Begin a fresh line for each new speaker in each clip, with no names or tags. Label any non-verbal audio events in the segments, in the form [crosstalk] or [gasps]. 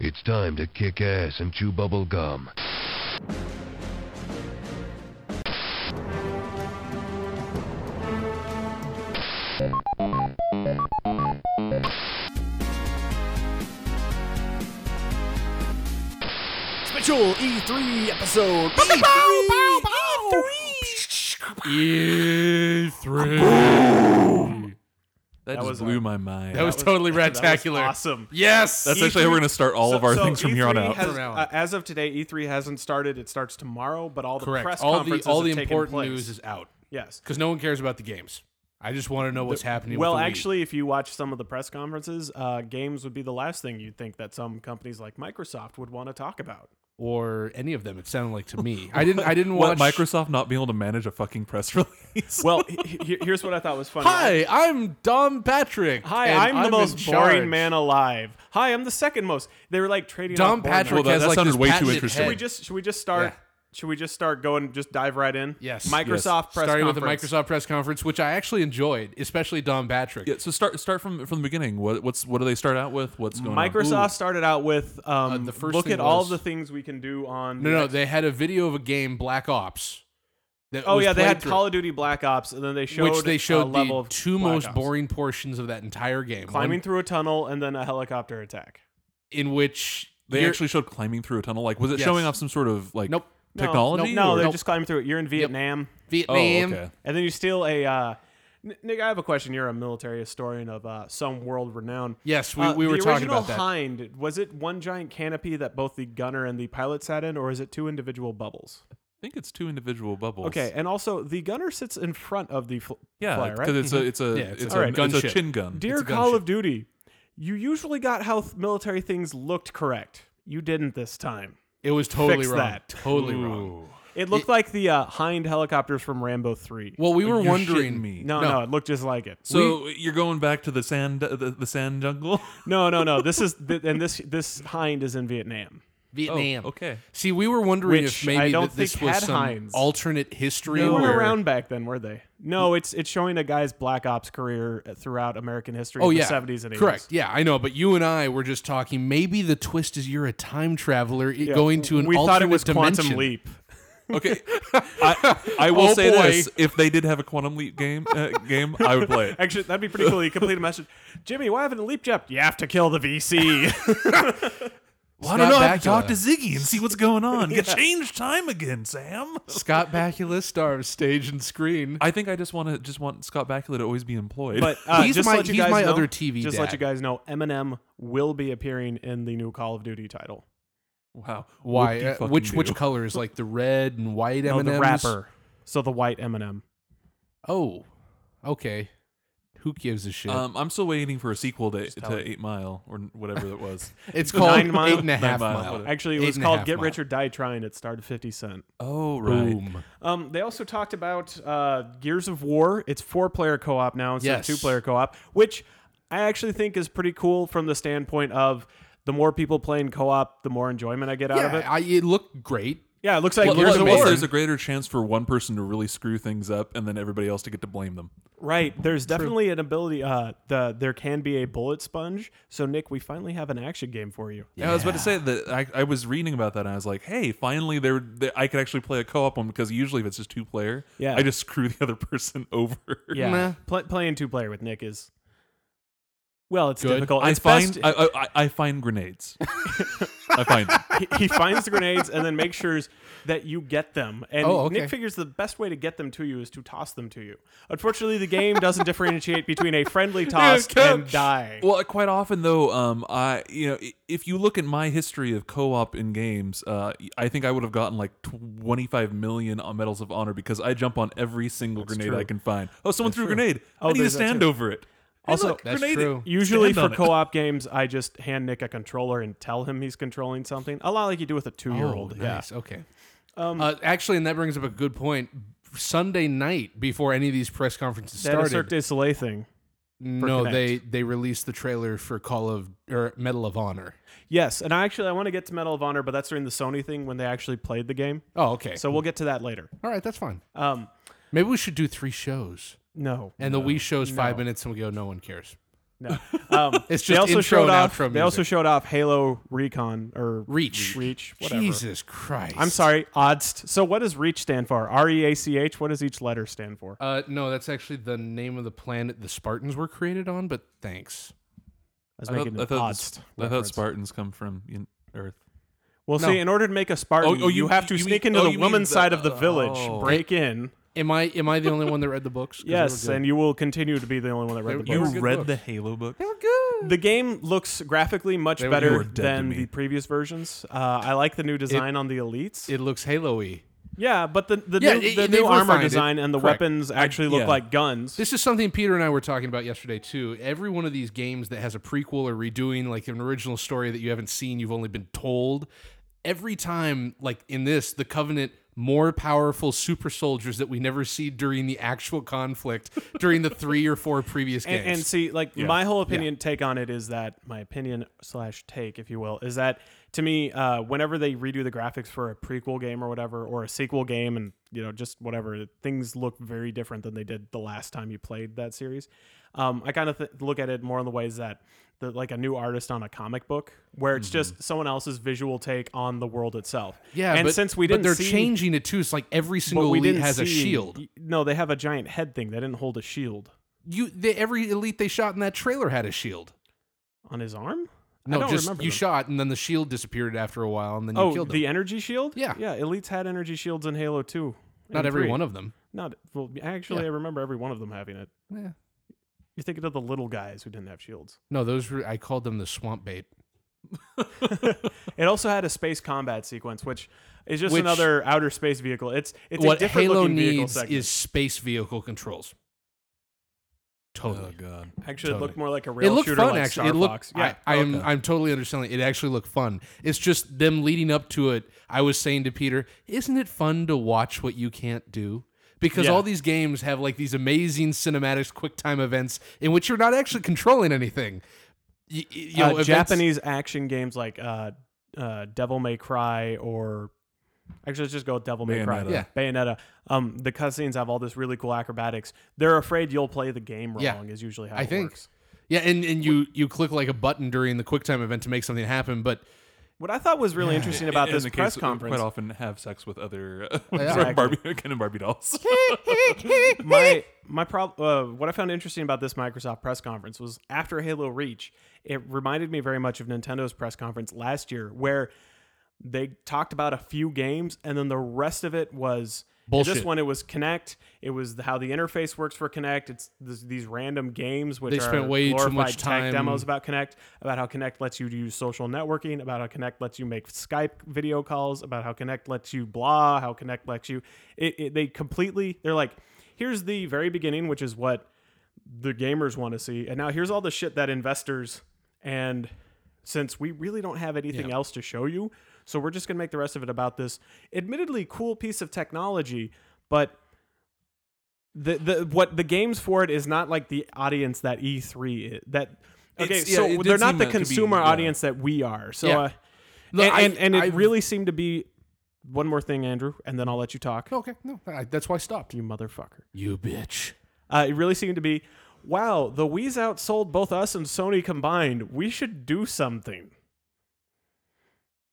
It's time to kick ass and chew bubble gum.
Special E3 E episode. E
E
E3. That, just
was
blew
our-
my [laughs] mind.
That was totally
that was
ratacular.
awesome.
Yes.
That's actually how we're
E3
going to start all of
So-
our
so
things from here on
E3
out.
has-
From now on.
uh, as of today, E3 hasn't started. It starts tomorrow, but all the press
correct. All the
conferences
all the
have taken
important
place.
news is out
yes.
because no one cares about the games. I just want to know what's happening.
Well,
with the Wii.
actually, if you watch some of the press conferences, uh, games would be the last thing you'd think that some companies like Microsoft would want to talk
[laughs]
about.
or any of them, it sounded like to me. I didn't. I didn't
What
watch
Microsoft not being able to manage a fucking press [laughs] release?
Well, he- he- here's what I thought was funny.
Hi, I'm Dom Patrick.
Hi,
and
I'm the
in
most
charge.
boring man alive. Hi, I'm the second most. They were like trading.
Dom
off boring
Patrick
Well, that-
has
that
like
sounded
this
way too
patented
interesting.
head.
Should we just should we just start?
Yeah.
Should we just start going? Just dive right in.
Yes.
Microsoft
Yes.
press
starting
conference.
with the Microsoft press conference, which I actually enjoyed, especially Dom Patrick.
yeah. So start start from from the beginning. What what's what do they start out with? What's going on?
Microsoft started out with um,
Uh, the first
look
thing
at all
was-
the things we can do on.
No,
the
no,
next-
they had a video of a game, Black Ops. that
oh
was
yeah, they
played
had
through.
Call of Duty Black Ops, and then they showed
which they
a
showed
level
the
of
two
Black
most
Ops.
boring portions of that entire game.
climbing
One
through a tunnel and then a helicopter attack.
in which
They
you're-
actually showed climbing through a tunnel. Like, was it
Yes.
showing off some sort of like
Nope.
No,
technology?
No, no,
or-
they're just climbing through it. You're in Vietnam,
Oh,
Vietnam.
okay.
and then you steal a. Uh, N- Nick, I have a question. You're a military historian of uh, some world renowned.
Yes, we-
Uh,
we were
the
talking
original
about that.
Hind was it one giant canopy that both the gunner and the pilot sat in, or is it two individual bubbles?
I think it's two individual bubbles.
Okay, and also the gunner sits in front of the fl-
Yeah,
flyer,
because
right? Mm-hmm.
it's a it's a
Yeah,
it's,
it's
a,
a- Alright.
it's a
gunship.
chin gun.
Dear
It's a
Call
gunship.
of Duty, you usually got how th- military things looked correct. You didn't this time.
It was totally
Fix
wrong.
that.
Totally wrong.
It looked like the uh, Hind helicopters from Rambo 3.
Well, we were
You're
wondering
shitting me. Oh.
no, no,
no.
it looked just like it.
So you're going back to the sand the, the sand jungle? [laughs]
No, no, no. This is th- and this this Hind is in Vietnam.
Vietnam.
Oh, okay.
See, we were wondering
Which
if maybe
I don't
that this
think
was
had
some
Heinz.
alternate history.
They weren't
where-
around back then, were they? No, it's it's showing a guy's Black Ops career throughout American history.
Oh
in
yeah,
the 70s and 80s.
correct. Yeah, I know. But you and I were just talking. Maybe the twist is you're a time traveler i-
Yeah,
going to an
we
alternate
thought it was
dimension.
Quantum Leap.
Okay, I, I will
Oh,
say
boy.
this: if they did have a quantum leap game, uh, game, I would play it.
Actually, that'd be pretty cool. You complete a message. Jimmy, why haven't a leap jumped? You have to kill the
[laughs]
VC.
Well,
Scott
I have to
Bakula.
talk to Ziggy and see what's [laughs] going on. You change time again, Sam.
Scott Bakula, star of stage and screen.
I think I just want to just want Scott Bakula to always be employed.
But uh,
He's
just
my-
let you
he's
guys
my
know,
other TV
Just
dad.
let you guys know, Eminem will be appearing in the new Call of Duty title.
[laughs] wow,
Why?
Whoop-de-fucking
Uh, which which
do.
color is like the red and white
No,
M&Ms?
the rapper. So the white Eminem.
Oh, okay. Who gives a shit?
Um, I'm still waiting for a sequel to, to Eight Mile or whatever
[laughs]
that was.
[laughs]
it's called
Nine Mile-
eight and a
Nine
half
Mile,
mile.
whatever.
Actually,
Eight
it was
and a
called
half
Get
mile.
Rich or Die Trying. It starred 50 Cent.
oh right.
Boom.
Um, they also talked about uh, Gears of War. It's four player co op now instead
Yes.
of two player co op, which I actually think is pretty cool from the standpoint of the more people playing co op, the more enjoyment I get out of
Yeah,
it.
I, it looked great.
Yeah, it looks like
Well,
Gears
plus,
of
plus
War.
there's a greater chance for one person to really screw things up, and then everybody else to get to blame them.
Right. There's definitely an ability. Uh, the there can be a bullet sponge. So Nick, we finally have an action game for you.
Yeah. I was about to say that I, I was reading about that, and I was like, "Hey, finally, there, there I could actually play a co-op one because usually if it's just two player,
Yeah.
I just screw the other person [laughs] over."
Yeah.
Nah.
Pl- playing two player with Nick is. Well, it's
Good.
difficult.
I
It's best-
find I, I, I- I
[laughs]
find grenades. I find them.
he, he finds the grenades and then makes sure that you get them. And
Oh, okay.
Nick figures the best way to get them to you is to toss them to you. Unfortunately, the game
[laughs]
doesn't differentiate between a friendly toss and die.
Well, quite often though, um, I you know i- if you look at my history of co-op in games, uh, I think I would have gotten like twenty five million on medals of honor because I jump on every single grenade I can find. Oh, someone threw a grenade! I need to
there's that
stand
too.
over it. Hey,
Also-
look,
That's
grenade it.
true.
Usually
Stand
for
on it.
co-op games, I just hand Nick a controller and tell him he's controlling something. A lot like you do with a two-year-old. Yeah. Um,
Oh, nice. Okay. uh, actually, and that brings up a good point. Sunday night, before any of these press conferences
That a Cirque
started,
du Soleil thing.
no,
Connect.
they they released the trailer for Call of or Medal of Honor.
Yes, and I actually I want to get to Medal of Honor, but that's during the Sony thing when they actually played the game.
Oh, okay.
So we'll get to that later.
all right, that's fine.
Um,
Maybe we should do three shows,
no,
and the Wii shows five minutes, and we go. No one cares.
No. Um,
[laughs] It's
they
just
also
intro
showed
and
off.
outro
They also
music.
showed off Halo Recon or
Reach.
Reach. Whatever.
Jesus Christ.
I'm sorry, Odst. So what does Reach stand for? R E A C H. What does each letter stand for?
Uh, no, that's actually the name of the planet the Spartans were created on. But thanks.
I was
I
making
thought, I,
an
thought,
Odst.
I thought
reference.
Spartans come from you know, Earth.
Well,
No.
see, in order to make a Spartan,
Oh, oh,
you,
you-
have to
you
sneak
mean-
into
oh,
the
you mean
women's
the-
side of the village,
oh.
break in.
Am I am I the only one that read the books? 'Cause they
Yes,
were good.
and you will continue to be the only one that read the
They were
books.
good books.
Halo book?
The game looks graphically much
They were good. You
better
were dead to
than
me.
the previous versions. Uh, I like the new design on the elites.
it looks Halo-y.
yeah, but the the
Yeah,
new,
it-
the
they've
new armor
refined it.
design and the
Correct.
weapons actually look
yeah.
like guns.
This is something Peter and I were talking about yesterday too. Every one of these games that has a prequel or redoing like an original story that you haven't seen, you've only been told. Every time, like in this, the Covenant more powerful super soldiers that we never see during the actual conflict during the three or four previous games.
and, and see like my whole opinion take on it is that my opinion slash take if you will is that to me uh, whenever they redo the graphics for a prequel game or whatever or a sequel game and you know just whatever things look very different than they did the last time you played that series um, i kind of th- look at it more in the ways that the, like a new artist on a comic book where it's just someone else's visual take on the world itself
Mm-hmm. yeah,
and
but,
since we
but
didn't
they're
see,
changing it too. It's like every
but
single
we
elite
didn't
has a
see-
shield.
no they have a giant head thing they didn't hold a shield
You, they, every elite they shot in that trailer had a shield.
on his arm I
No,
don't
just you
remember them.
shot and then the shield disappeared after a while, and then you
Oh,
killed them.
the energy shield?
Yeah.
Yeah, elites had energy shields in Halo 2.
Not every one of them.
Not well, actually
Yeah.
I remember every one of them having it.
Yeah.
You're thinking of the little guys who didn't have shields. [laughs]
No, those were I called them the swamp bait.
It also had a space combat sequence, which is just
Which-
another outer space vehicle. It's it's a
what
different
Halo
looking vehicle
needs
segment.
is space vehicle controls.
Oh
Totally.
god.
actually it looked
totally.
more like a
it
rail
looked
shooter
fun
like
actually.
Star
it looked
Fox. Yeah.
I, I am
Okay.
I'm totally underselling. It actually looked fun. It's just them leading up to it. I was saying to Peter, isn't it fun to watch what you can't do? Because
Yeah.
all these games have like these amazing cinematics, quick time events in which you're not actually controlling anything. Y- y- you
Uh,
know, events-
Japanese action games like uh, uh, Devil May Cry or actually let's just go with Devil May Cry.
Bayonetta.
Yeah.
Bayonetta. Um, the cutscenes have all this really cool acrobatics. They're afraid you'll play the game wrong.
Yeah.
Is usually how
I
it
think.
works.
Yeah, and, and you you click like a button during the quick time event to make something
[laughs]
happen, but
What I thought was really interesting about
In
this
the case,
press
we
conference,
Quite often have sex with other [laughs] uh, with
Exactly.
Barbie, [laughs] Ken and Barbie dolls.
my my prob- uh, what I found interesting about this Microsoft press conference was after Halo Reach, it reminded me very much of Nintendo's press conference last year, where they talked about a few games and then the rest of it was
Bullshit.
This one it was Connect. It was how the interface works for Connect. It's th- these random games which
They
are
spent way too
glorified
much
tech
time-
demos about Connect, about how Connect lets you use social networking, about how Connect lets you make Skype video calls, about how Connect lets you blah, how Connect lets you. It, it, they completely they're like, here's the very beginning, which is what the gamers want to see, and now here's all the shit that investors and since we really don't have anything else to show you, so we're just gonna make the rest of it about this admittedly cool piece of technology, but the the what the games for it is not like the audience that E3 is, that okay
It's- yeah,
so
it did
they're not
seem
the
that to be-
consumer
yeah.
audience that we are so
Yeah.
uh,
No,
and,
I-
and and it
I've-
really seemed to be one more thing Andrew and then I'll let you talk
okay, no, I, that's why I stopped.
you motherfucker
You bitch.
uh, it really seemed to be wow the Wii's outsold both us and Sony combined we should do something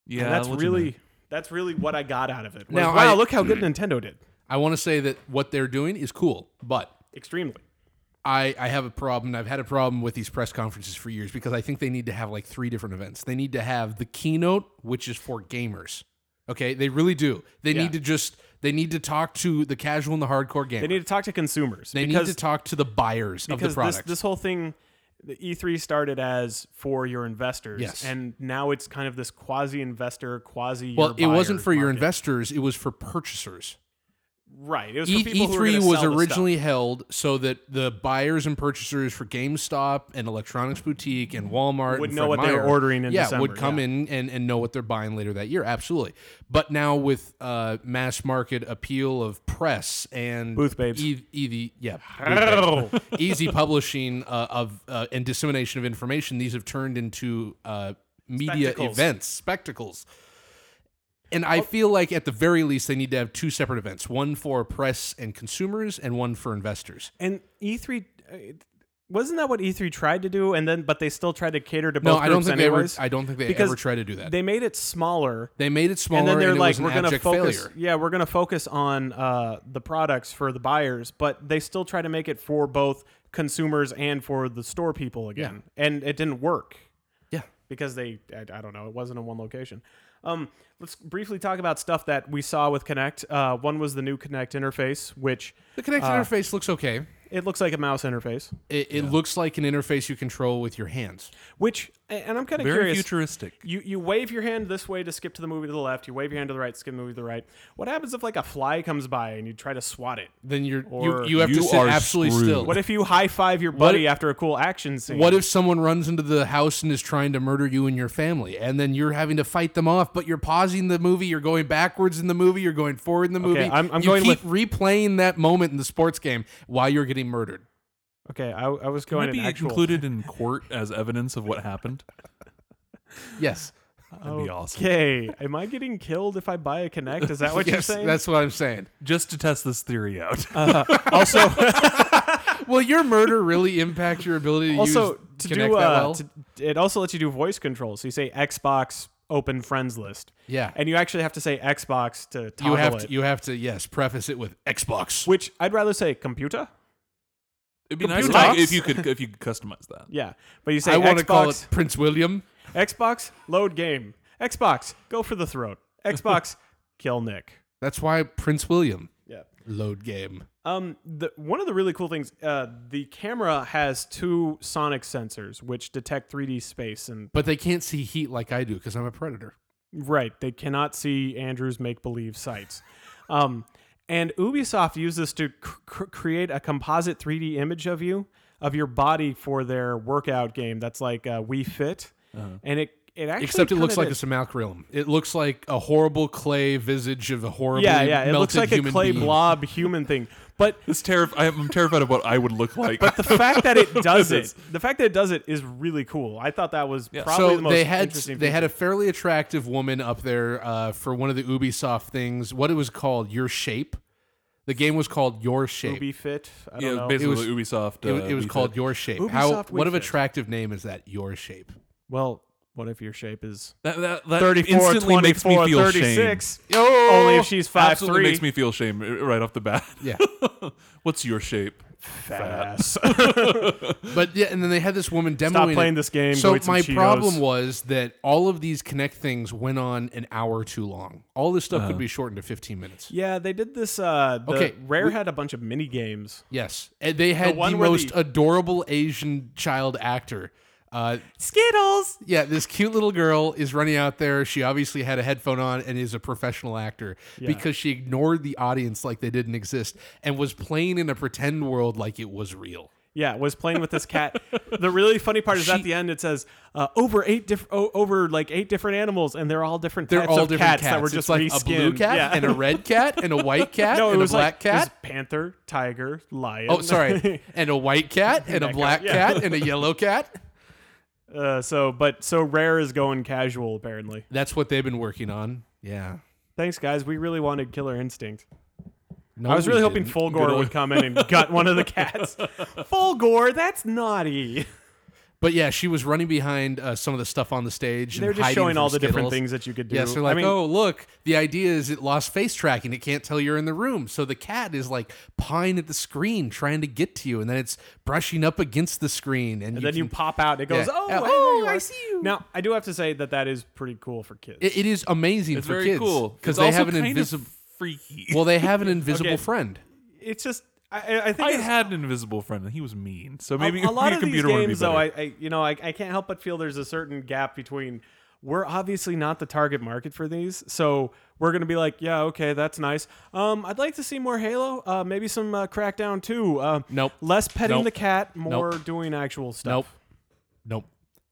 yeah,
and that's
I'll let you know.
really that's really what I got out of it was,
Now,
wow
I-
look how
[clears throat]
good Nintendo did
I want to say that what they're doing is cool, but
extremely
I, I have a problem. I've had a problem with these press conferences for years because I think they need to have like three different events. They need to have the keynote, which is for gamers. Okay, they really do. They need to just they need to talk to the casual and the hardcore gamer.
they need to talk to consumers
They need
because
to talk to the buyers of the
because
product.
this this whole thing the E3 started as for your investors
Yes.
and now it's kind of this quasi investor quasi
well, it wasn't for your
investors.
investors; it was for purchasers.
right it was
E-
for people who were
E3
gonna
was
sell the
originally
stuff.
held so that the buyers and purchasers for GameStop and Electronics Boutique and Walmart
Would
and
know
Fred
what they were
Meyer,
ordering in
yeah,
December,
would come
yeah.
in and, and know what they're buying later that year. Absolutely, but now with uh, mass market appeal of press and
Booth babes.
e- e- the- yeah,
[laughs]
booth babes. easy publishing uh, of uh, and dissemination of information, these have turned into uh, media
Spectacles. Oh.
events, spectacles. And I feel like at the very least they need to have two separate events, one for press and consumers and one for investors.
and E3 E uh, it- Wasn't that what E3 tried to do? And then, but they still tried to cater to both
No, I don't
groups
think
anyways.
they ever. I don't think they
Because
ever try to do that. They,
They made it smaller,
made it smaller,
and
and,
then they're
it
like,
was an
"We're going to
abject
focus.
failure.
Yeah, we're going to focus on uh, the products for the buyers, but they still try to make it for both consumers and for the store people again, and it didn't work
Yeah,
because they I, I don't know it wasn't in one location um, let's briefly talk about stuff that we saw with connect uh, one was the new connect interface which
the Kinect
Uh,
interface looks okay.
it looks like a mouse interface
It, it looks like an interface you control with your hands.
which and i'm kind of
Very
curious
futuristic.
you, you wave your hand this way to skip to the movie to the left you wave your hand to the right skip to the movie to the right what happens if like a fly comes by and you try to swat it
Then you're
Or-
you, you have
You
to sit
are
absolutely
screwed.
still.
what if you high-five your buddy
if-
after a cool action scene
What if someone runs into the house and is trying to murder you and your family, and then you're having to fight them off? But you're pausing the movie, you're going backwards in the movie, you're going forward in the movie.
I'm- I'm
you
going
keep replaying that moment in the sports game while you're getting murdered.
okay i, I was
Might
going
be
in actual
included in court as evidence of what happened.
Yes,
That'd be awesome.
[laughs] okay am i getting killed if i buy a connect is that what you're
yes,
saying
that's what I'm saying.
Just to test this theory out.
Uh,
[laughs]
also
Will your murder really impact your ability to
also
use
to
Kinect
do
that
uh,
well?
to- it also lets you do voice control so you say xbox open friends list
Yeah.
and you actually have to say xbox to toggle
you have
it
to you have to yes preface it with Xbox.
which i'd rather say computer
[laughs] It'd be nice
Computer
if-
box.
if you could if you could customize that.
yeah but you say
I want
xbox
to call it Prince William.
xbox load game xbox go for the throat xbox [laughs] kill nick
That's why Prince William
yeah
load game.
Um, the, one of the really cool things, uh, the camera has two sonic sensors which detect 3D space, and
But they can't see heat like I do because I'm a predator.
Right. They cannot see Andrew's make believe sites. Um, and Ubisoft used this to cr- cr- create a composite 3D image of you, of your body for their workout game that's like uh, We Fit. And it, it actually.
Uh-huh. Except it
kinda
looks like
did-
a simulacrum. It looks like a horrible clay visage of a horrible
Yeah, yeah. It looks like a
human
clay
being.
blob human thing. But
It's terrif- I am, I'm terrified of what I would look like.
the fact that
[laughs]
it does it, the fact that it does it is really cool. I thought that was probably
So
the most
they had
interesting
they
feature.
had a fairly attractive woman up there uh, for one of the Ubisoft things. What it was called, Your Shape. The game was called Your Shape.
Ubi Fit. I don't
yeah,
know.
basically Ubisoft.
it,
uh,
it was
Wii
called
Fit.
Your Shape.
Ubisoft
How what
Wii
an
Fit.
attractive name is that? Your Shape.
well, what if your shape is
that, that, that
34,
instantly makes me
24,
feel
36.
shame.
Only if she's five
Absolutely
three.
makes me feel shame uh, right off the bat.
Oh! Yeah.
[laughs] What's your shape?
fast.
[laughs] But yeah, and then they had this woman demoing.
Stop
it.
playing this game, go
So
eat some
my
Cheetos.
problem was that all of these Connect things went on an hour too long. All this stuff could be shortened to fifteen
[laughs]
minutes.
yeah, they did this. Uh, the
Okay,
Rare had a bunch of mini games.
Yes, and they had the,
one where
most
the-
adorable Asian child actor. Uh,
Skittles.
yeah, this cute little girl is running out there. She obviously had a headphone on and is a professional actor because she ignored the audience like they didn't exist and was playing in a pretend world like it was real.
Yeah, was playing with this cat. the really funny part is at the end it says uh, over eight diff- o- over like eight different animals, and they're all different
They're
types
all
of
different
cats, that were
It's
just
like
reskinned.
a blue cat
yeah. [laughs]
and a red cat and a white cat
no,
and
it was
a
like,
black
it was
cat.
panther, tiger, lion. [laughs]
Oh, sorry. And a white cat and a
Echo,
black
yeah.
cat
[laughs]
and a yellow cat.
uh, so, but so Rare is going casual apparently.
That's what they've been working on. Yeah.
Thanks, guys. We really wanted Killer Instinct.
No,
I was
we
really hoping
didn't.
Fulgore would come in and gut one of the
[laughs]
cats. Fulgore, that's naughty.
But yeah, she was running behind uh, some of the stuff on the stage. and
They're just
hiding
showing
from
all the different
Skittles.
things that you could do.
Yes, they're like,
I mean,
oh, look, the idea is it lost face tracking. It can't tell you're in the room. So the cat is like pawing at the screen, trying to get to you. And then it's brushing up against the screen. And,
and then you
can-
pop out. It goes,
Yeah.
oh,
Yeah,
hey,
oh,
there you
I
are."
see you.
Now, I do have to say that that is pretty cool for kids.
It, it is amazing
It's
for
very
kids.
cool
Because
It's
they
also
have an
kind of
invisible.
freaky.
Well, they
[laughs]
have an invisible
Okay.
friend.
it's just, I, I- I think
I
it's-
had an invisible friend and he was mean. So
a-
maybe
[laughs]
a,
[laughs]
lot
your
of these
computer would be
games, though, I,
better.
I, you know, I, I can't help but feel there's a certain gap between we're obviously not the target market for these, so we're gonna be like, yeah, okay, that's nice. Um, I'd like to see more Halo, uh, maybe some uh, Crackdown 2. Uh,
Nope.
Less petting
Nope.
the cat, more
Nope.
doing actual stuff.
Nope. Nope.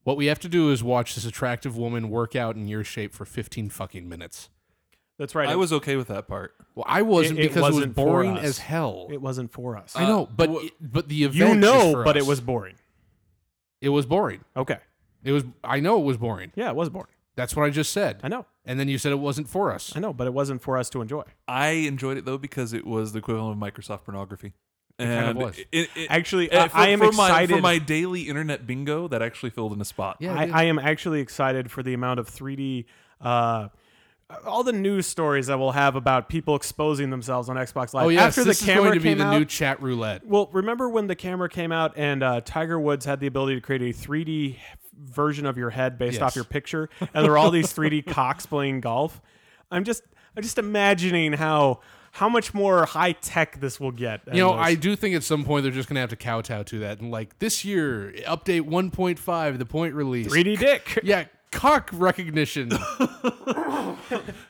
What we have to do is watch this attractive woman work out in your shape for 15 fucking minutes.
That's right.
I
It-
was okay with that part.
Well, I wasn't
It- it
because it,
wasn't
was
for
boring
us.
as hell.
It wasn't for us.
I know, but it- but Uh, the event
you
is
know,
for
but
us.
it was boring.
it was boring.
Okay.
It was I know it was boring.
Yeah, it was boring.
That's what I just said.
I know.
And then you said it wasn't for us.
I know, but it wasn't for us to enjoy.
I enjoyed it though because it was the equivalent of Microsoft pornography. and
kind of was.
it- it-
Actually,
uh,
I- I am
My, for
excited.
my daily internet bingo, that actually filled in a spot.
Yeah. it
I, I am actually excited for the amount of 3D, uh, all the news stories that we'll have about people exposing themselves on Xbox Live.
Oh yes,
After
this
the
is
camera
going to be
came
the
out,
new chat roulette.
Well, remember when the camera came out and uh, Tiger Woods had the ability to create a 3D version of your head based
Yes.
off your picture, and there were all these 3D [laughs] cocks playing golf. I'm just, I'm just imagining how how much more high tech this will get.
You know, I do think at some point they're just going to have to kowtow to that. And like this year, update 1.5, the point release.
3D
[laughs]
dick.
Yeah, cock
[laughs]
recognition.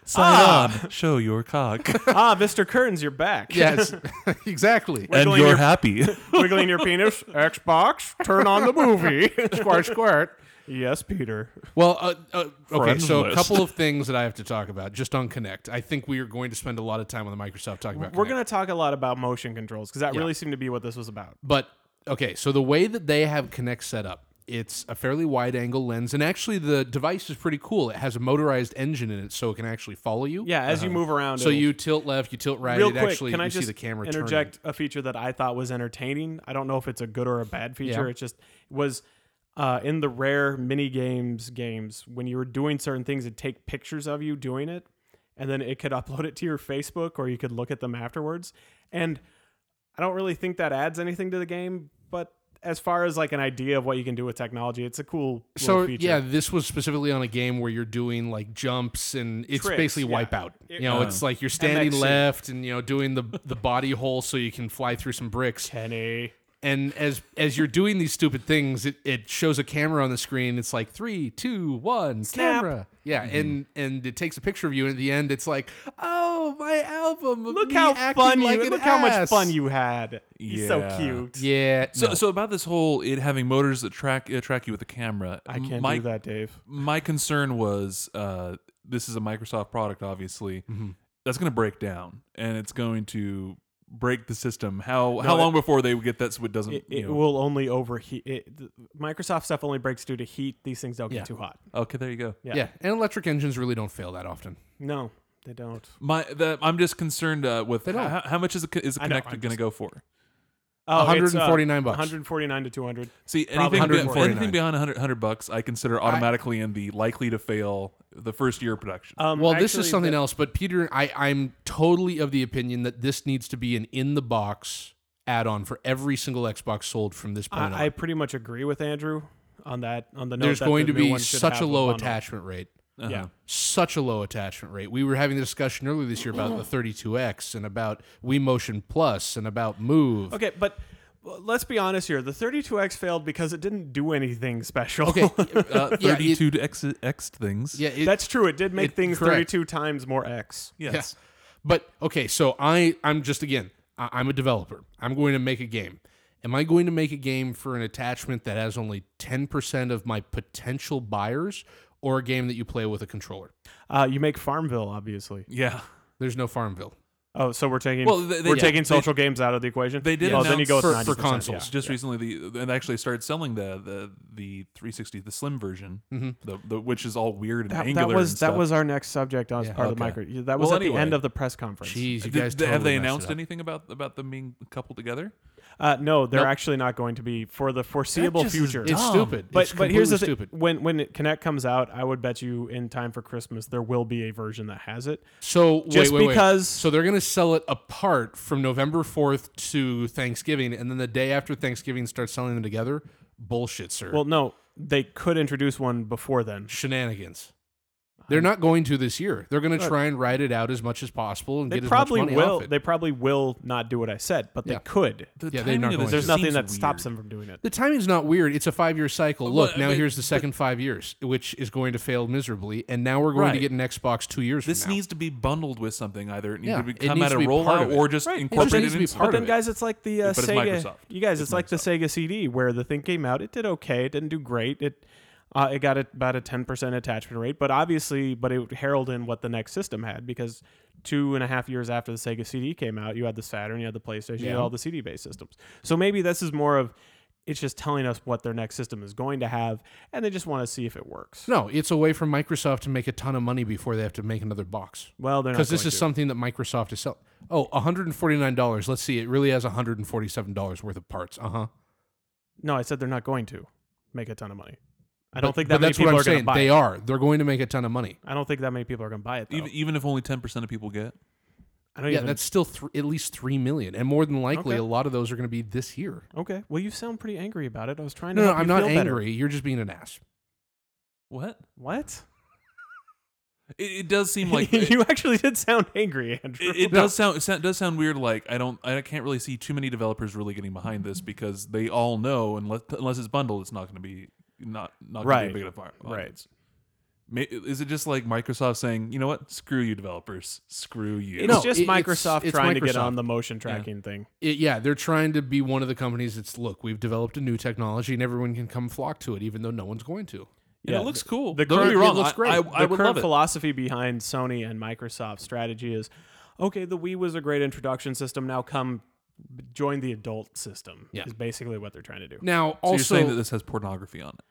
Sign on, show your
[laughs]
cock,
ah, Mr. Curtains, you're back.
yes, [laughs]
[laughs]
exactly.
and
Wiggling
you're
your-
happy.
wiggling your penis. Xbox, turn on the movie.
Squirt, squirt.
yes, Peter.
Well, uh, uh, okay,
Friends
so a
list.
couple of things that I have to talk about just on Connect. I think we are going to spend a lot of time on the Microsoft talking about.
We're
Kinect.
gonna talk a lot about motion controls because that really seemed to be what this was about.
But okay, so the way that they have Connect set up, it's a fairly wide angle lens, and actually the device is pretty cool. It has a motorized engine in it, so it can actually follow you.
Yeah, as you move around,
So
it'll-
you tilt left, you tilt right.
real
it
quick,
actually,
can I
you
just
see the camera turning.
interject a feature that I thought was entertaining? I don't know if it's a good or a bad feature.
Yeah.
It just was uh, in the rare mini games games when you were doing certain things, it'd take pictures of you doing it, and then it could [laughs] upload it to your Facebook or you could look at them afterwards. And I don't really think that adds anything to the game, but as far as like an idea of what you can do with technology, it's a cool little
So
feature.
yeah, this was specifically on a game where you're doing like jumps and it's
Tricks,
basically
yeah.
wipeout.
It-
you know,
Uh,
it's like you're standing
MXC.
left and you know doing the the body hole so you can fly through some bricks.
Penny.
And as as you're doing these stupid things, it, it shows a camera on the screen. It's like three, two, one,
Snap.
camera. Yeah,
Mm-hmm.
and and it takes a picture of you. And at the end, it's like, oh, my album. of
Look
me
how
acting
fun
like
you!
an
Look how much
ass."
fun you had. He's so
Yeah.
cute.
Yeah.
So,
no.
so about this whole it having motors that track uh, track you with a camera.
I can't
my,
do that, Dave.
My concern was uh, this is a Microsoft product, obviously.
Mm-hmm.
That's going to break down, and it's going to break the system. How how long before they would get that so it doesn't?
It,
you
it
know-
will only overheat. It, th- Microsoft stuff only breaks due to heat. These things don't
Yeah.
get too hot.
okay, there you go.
yeah.
yeah, and electric engines really don't fail that often.
No, they don't. Oh,
My the, I'm just concerned uh, with
don't.
how, how much is a, is a
I know,
Connect
I'm
going to go for?
Oh, it's, uh,
149 bucks.
149 to 200.
See
Probably
anything be-
149.
anything beyond 100, 100 bucks, I consider automatically in the likely to fail the first year of production.
Um,
well, this is
actually,
something
the-
else, but Peter, I, I'm totally of the opinion that this needs to be an in the box add on for every single Xbox sold from this point
I, I
on.
pretty much agree with Andrew on that. On the note
There's
that
going
the
to
new
be
one should
such
have
a low
bundle.
attachment rate.
Uh-huh.
Yeah.
Such a low attachment rate. We were having the discussion earlier this year about the 32X and about Wii Motion Plus and about Move.
Okay, but well, let's be honest here. The 32X failed because it didn't do anything special. [laughs]
Okay.
Uh,
yeah, it-
32 to X, X things.
Yeah, it-
That's true. It did make
It-
things
correct.
32 times more X.
Yes.
Yeah. But okay, so I I'm just again I, I'm a developer. I'm going to make a game. Am I going to make a game for an attachment that has only 10% of my potential buyers or a game that you play with a controller?
Uh, you make Farmville, obviously.
Yeah.
There's no Farmville.
Oh, so we're taking
Well, they- they-
we're
yeah,
taking
they-
social games out of the equation.
they did
Well, then you
announce
go with
for-
90%,
for
yeah.
consoles.
Just recently, the and actually started selling the the the 360, the slim version, the, the which is all weird and
That, that
angular.
was
and
that
stuff.
was our next subject as part of the
okay.
micro. yeah, That was
Well,
at
anyway.
the end of the press conference.
Jeez, you
Did-
guys
did- have
totally
they
messed it
announced
up.
anything about about them being coupled together?
Uh, no, they're
Nope.
actually not going to be for the foreseeable
just is
future.
dumb.
It's
Dumb.
stupid.
But
it's
but here's the
completely
thing:
stupid.
when when it- Connect comes out, I would bet you in time for Christmas there will be a version that has it.
So
Just
wait, wait, wait.
because-
So they're going to sell it apart from November 4th to Thanksgiving and then the day after Thanksgiving start selling them together? Bullshit, sir.
Well, no, they could introduce one before then.
shenanigans. They're not going to this year. They're going to try and ride it out as much as possible and
They
get as
probably
much money
will.
off it.
They probably will not do what I said, but
Yeah.
they could.
The
Yeah, they're
timing
not going
of this
to.
There's
just
nothing
seems
that stops
weird.
them from doing it.
the timing's not weird. It's a five-year cycle.
Well,
Look, now
but-
here's the second five years, which is going to fail miserably, and now we're going to
Right.
get an Xbox two years.
This
from now.
needs to be bundled with something. Either it needs
Yeah,
to be
it
come
needs to
out a
be part of
rollout
it.
or just
Right, it just
incorporated
needs to be
into
part
But
of
then,
it.
guys, it's like the uh,
But it's
Sega.
Microsoft.
You guys, it's, like the Sega CD, where the thing came out, it did okay, it didn't do great. It uh, it got a, about a ten percent attachment rate, but obviously, but it heralded in what the next system had because two and a half years after the Sega CD came out, you had the Saturn, you had the PlayStation, you had all the CD-based systems. So maybe this is more of It's just telling us what their next system is going to have, and they just want to see if it works.
No, it's a way for Microsoft to make a ton of money before they have to make another box.
Well, they're not
Because this
going
is
to.
something that Microsoft is selling. Oh, $149. Let's see. It really has $147 worth of parts. Uh huh.
No, I said they're not going to make a ton of money. I don't think that
But
many
that's what
people
I'm
are going to
saying.
buy.
They
it.
are. They're going to make a ton of money.
I don't think that many people are going to buy it. Though.
Even, e even if only 10% of people get.
I don't
yeah,
even.
that's still th- at least 3 million. And more than likely,
Okay.
a lot of those are going to be this year.
okay. Well, you sound pretty angry about it. I was trying to.
No, no,
help
I'm
you
not
feel better.
angry. You're just being an ass.
What?
What?
It, it
[laughs]
does seem like
[laughs]
it,
you actually did sound angry, Andrew.
it does sound it sound- does sound weird. Like I don't I can't really see too many developers really getting
[laughs]
behind this because they all know unless unless it's bundled, it's not going to be not not going to
Right.
be a big enough ar-
Right.
audience. May- Is it just like Microsoft saying, you know what, screw you developers, screw you?
It's
No,
just
it- it's-
Microsoft
it's
trying to get on
Microsoft.
the motion tracking thing.
It- yeah, they're trying to be one of the companies that's look, we've developed a new technology and everyone can come flock to it, even though no one's going to.
And
Yeah,
it looks cool.
the
Don't get me
current-
wrong.
it looks
I-
great.
I,
The
I
the
would
current
love it.
philosophy behind Sony and Microsoft's strategy is okay, the Wii was a great introduction system. Now come b- join the adult system,
Yeah.
is basically what they're trying to do.
Now,
So
also,
you're saying that this has pornography on it?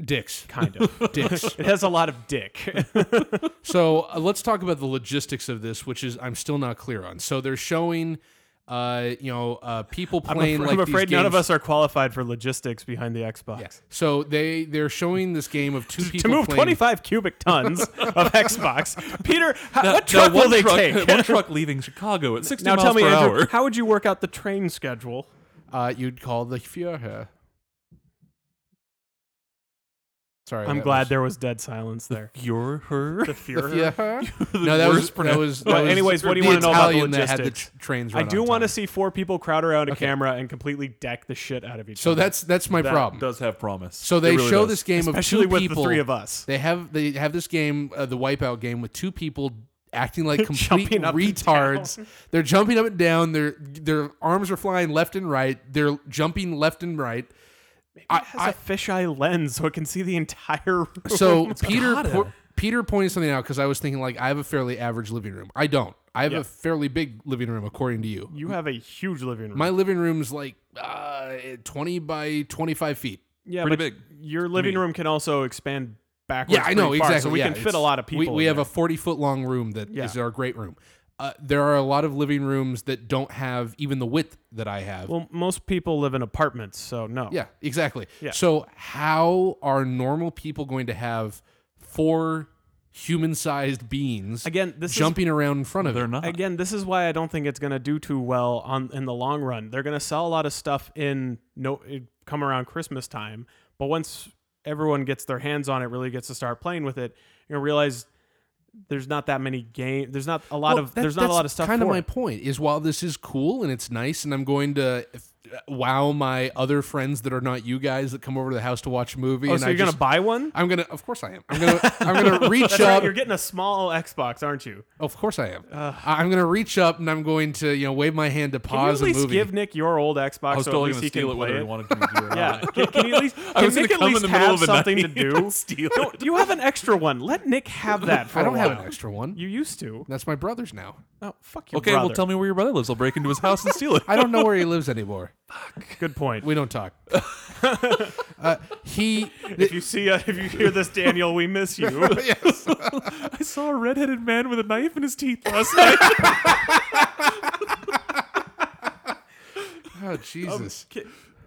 dicks,
Kind
[laughs]
of.
dicks.
[laughs] it has a lot of dick.
so uh, let's talk about the logistics of this, which is I'm still not clear on. So they're showing, uh, you know, uh, people
[laughs] I'm,
playing
afra- I'm
like these
afraid none of
games-
us are qualified for logistics behind the Xbox.
Yeah. So they they're showing this game of
[laughs]
two
To
people
move
playing.
25 cubic tons
[laughs]
of Xbox, Peter, how,
Now-
what
now
truck will
one
they
truck,
take?
[laughs] One truck leaving Chicago at 60
now
miles
tell me,
per
Andrew,
hour.
how would you work out the train schedule?
Uh, you'd call the Führer. Sorry,
I'm
that
glad
was-
there was dead silence there.
You're her.
The
[laughs]
Fuhrer. [laughs]
Führer.
The
no, that was
worst
that was. That
Well,
was
anyways, what do you
the
wanna know about the
Italian that had the
logistics?
tr- trains.
I
run
do
on
want to
time.
see four people crowd around a
Okay.
camera and completely deck the shit out of each
So
other.
that's that's my
That
problem.
does have promise.
So they
It really
show
does.
this game
especially
of two
with
people.
the three of us.
They have they have this game, uh, the Wipeout game, with two people acting like
[laughs]
complete
Jumping up and
retards. They're jumping up and down. Their their arms are flying left and right. They're jumping left and right. I,
it has a [laughs]
I,
fisheye lens, so it can see the entire [laughs] room.
so Peter po- Peter pointed something out because I was thinking like I have a fairly average living room. I don't. I have
Yeah.
a fairly big living room according to you.
you have a huge living room.
My living room's like uh, twenty by twenty five feet.
yeah,
pretty
but
big.
Your living room can also expand backwards.
Yeah, I know
pretty far,
exactly.
So we
yeah,
can fit a
it's-
lot of people.
We, we
in
have
there.
a forty foot long room that is
Yeah.
our great room. Uh, there are a lot of living rooms that don't have even the width that I have.
Well, most people live in apartments, so no.
yeah, exactly.
Yeah.
So how are normal people going to have four human sized beings
Again, this is
jumping around in front of
They're
it?
not.
Again, this is why I don't think it's going to do too well on in the long run. They're going to sell a lot of stuff in no it come around Christmas time, but once everyone gets their hands on it, really gets to start playing with it, you'll realize there's not that many game. There's not a lot
Well,
of
that-
there's not a
that's
lot of stuff.
Kind of
for
my
it.
point is while this is cool and it's nice, and I'm going to uh, wow my other friends that are not you guys that come over to the house to watch a movie.
Oh,
and
so
I
you're going to
just-
buy one?
I'm gonna. Of course, I am. I'm gonna. I'm gonna reach
[laughs] That's
up.
right. You're getting a small Xbox, aren't you?
Of course I am. I- I'm going to reach up and I'm going to, you know, wave my hand to
Can you
pause
at
the
least
movie.
give Nick your old Xbox
I was
so
totally
at least
going to
he
steal
can
it
play
whether
it?
he wanted to do it
[laughs]
or
Yeah.
not.
Can, can he at least
[laughs] I
can
was
Nick
gonna
at
come in
least
the middle
have
of the
something to
night
do?
[laughs]
[laughs]
and steal
No,
it.
you have an extra one. Let Nick have
[laughs]
that for
I
a
don't have
while.
an extra one.
You used to.
That's my brother's now.
Oh, fuck your
Okay,
brother.
well, tell me where your brother lives. I'll break into his house and steal it.
I don't know where he lives anymore.
Good point.
We
[laughs]
don't talk. uh, he.
if you see, uh, if you hear this, Daniel, we miss
[laughs]
you. [laughs]
I saw a redheaded man with a knife in his teeth [laughs] last night.
Oh, Jesus.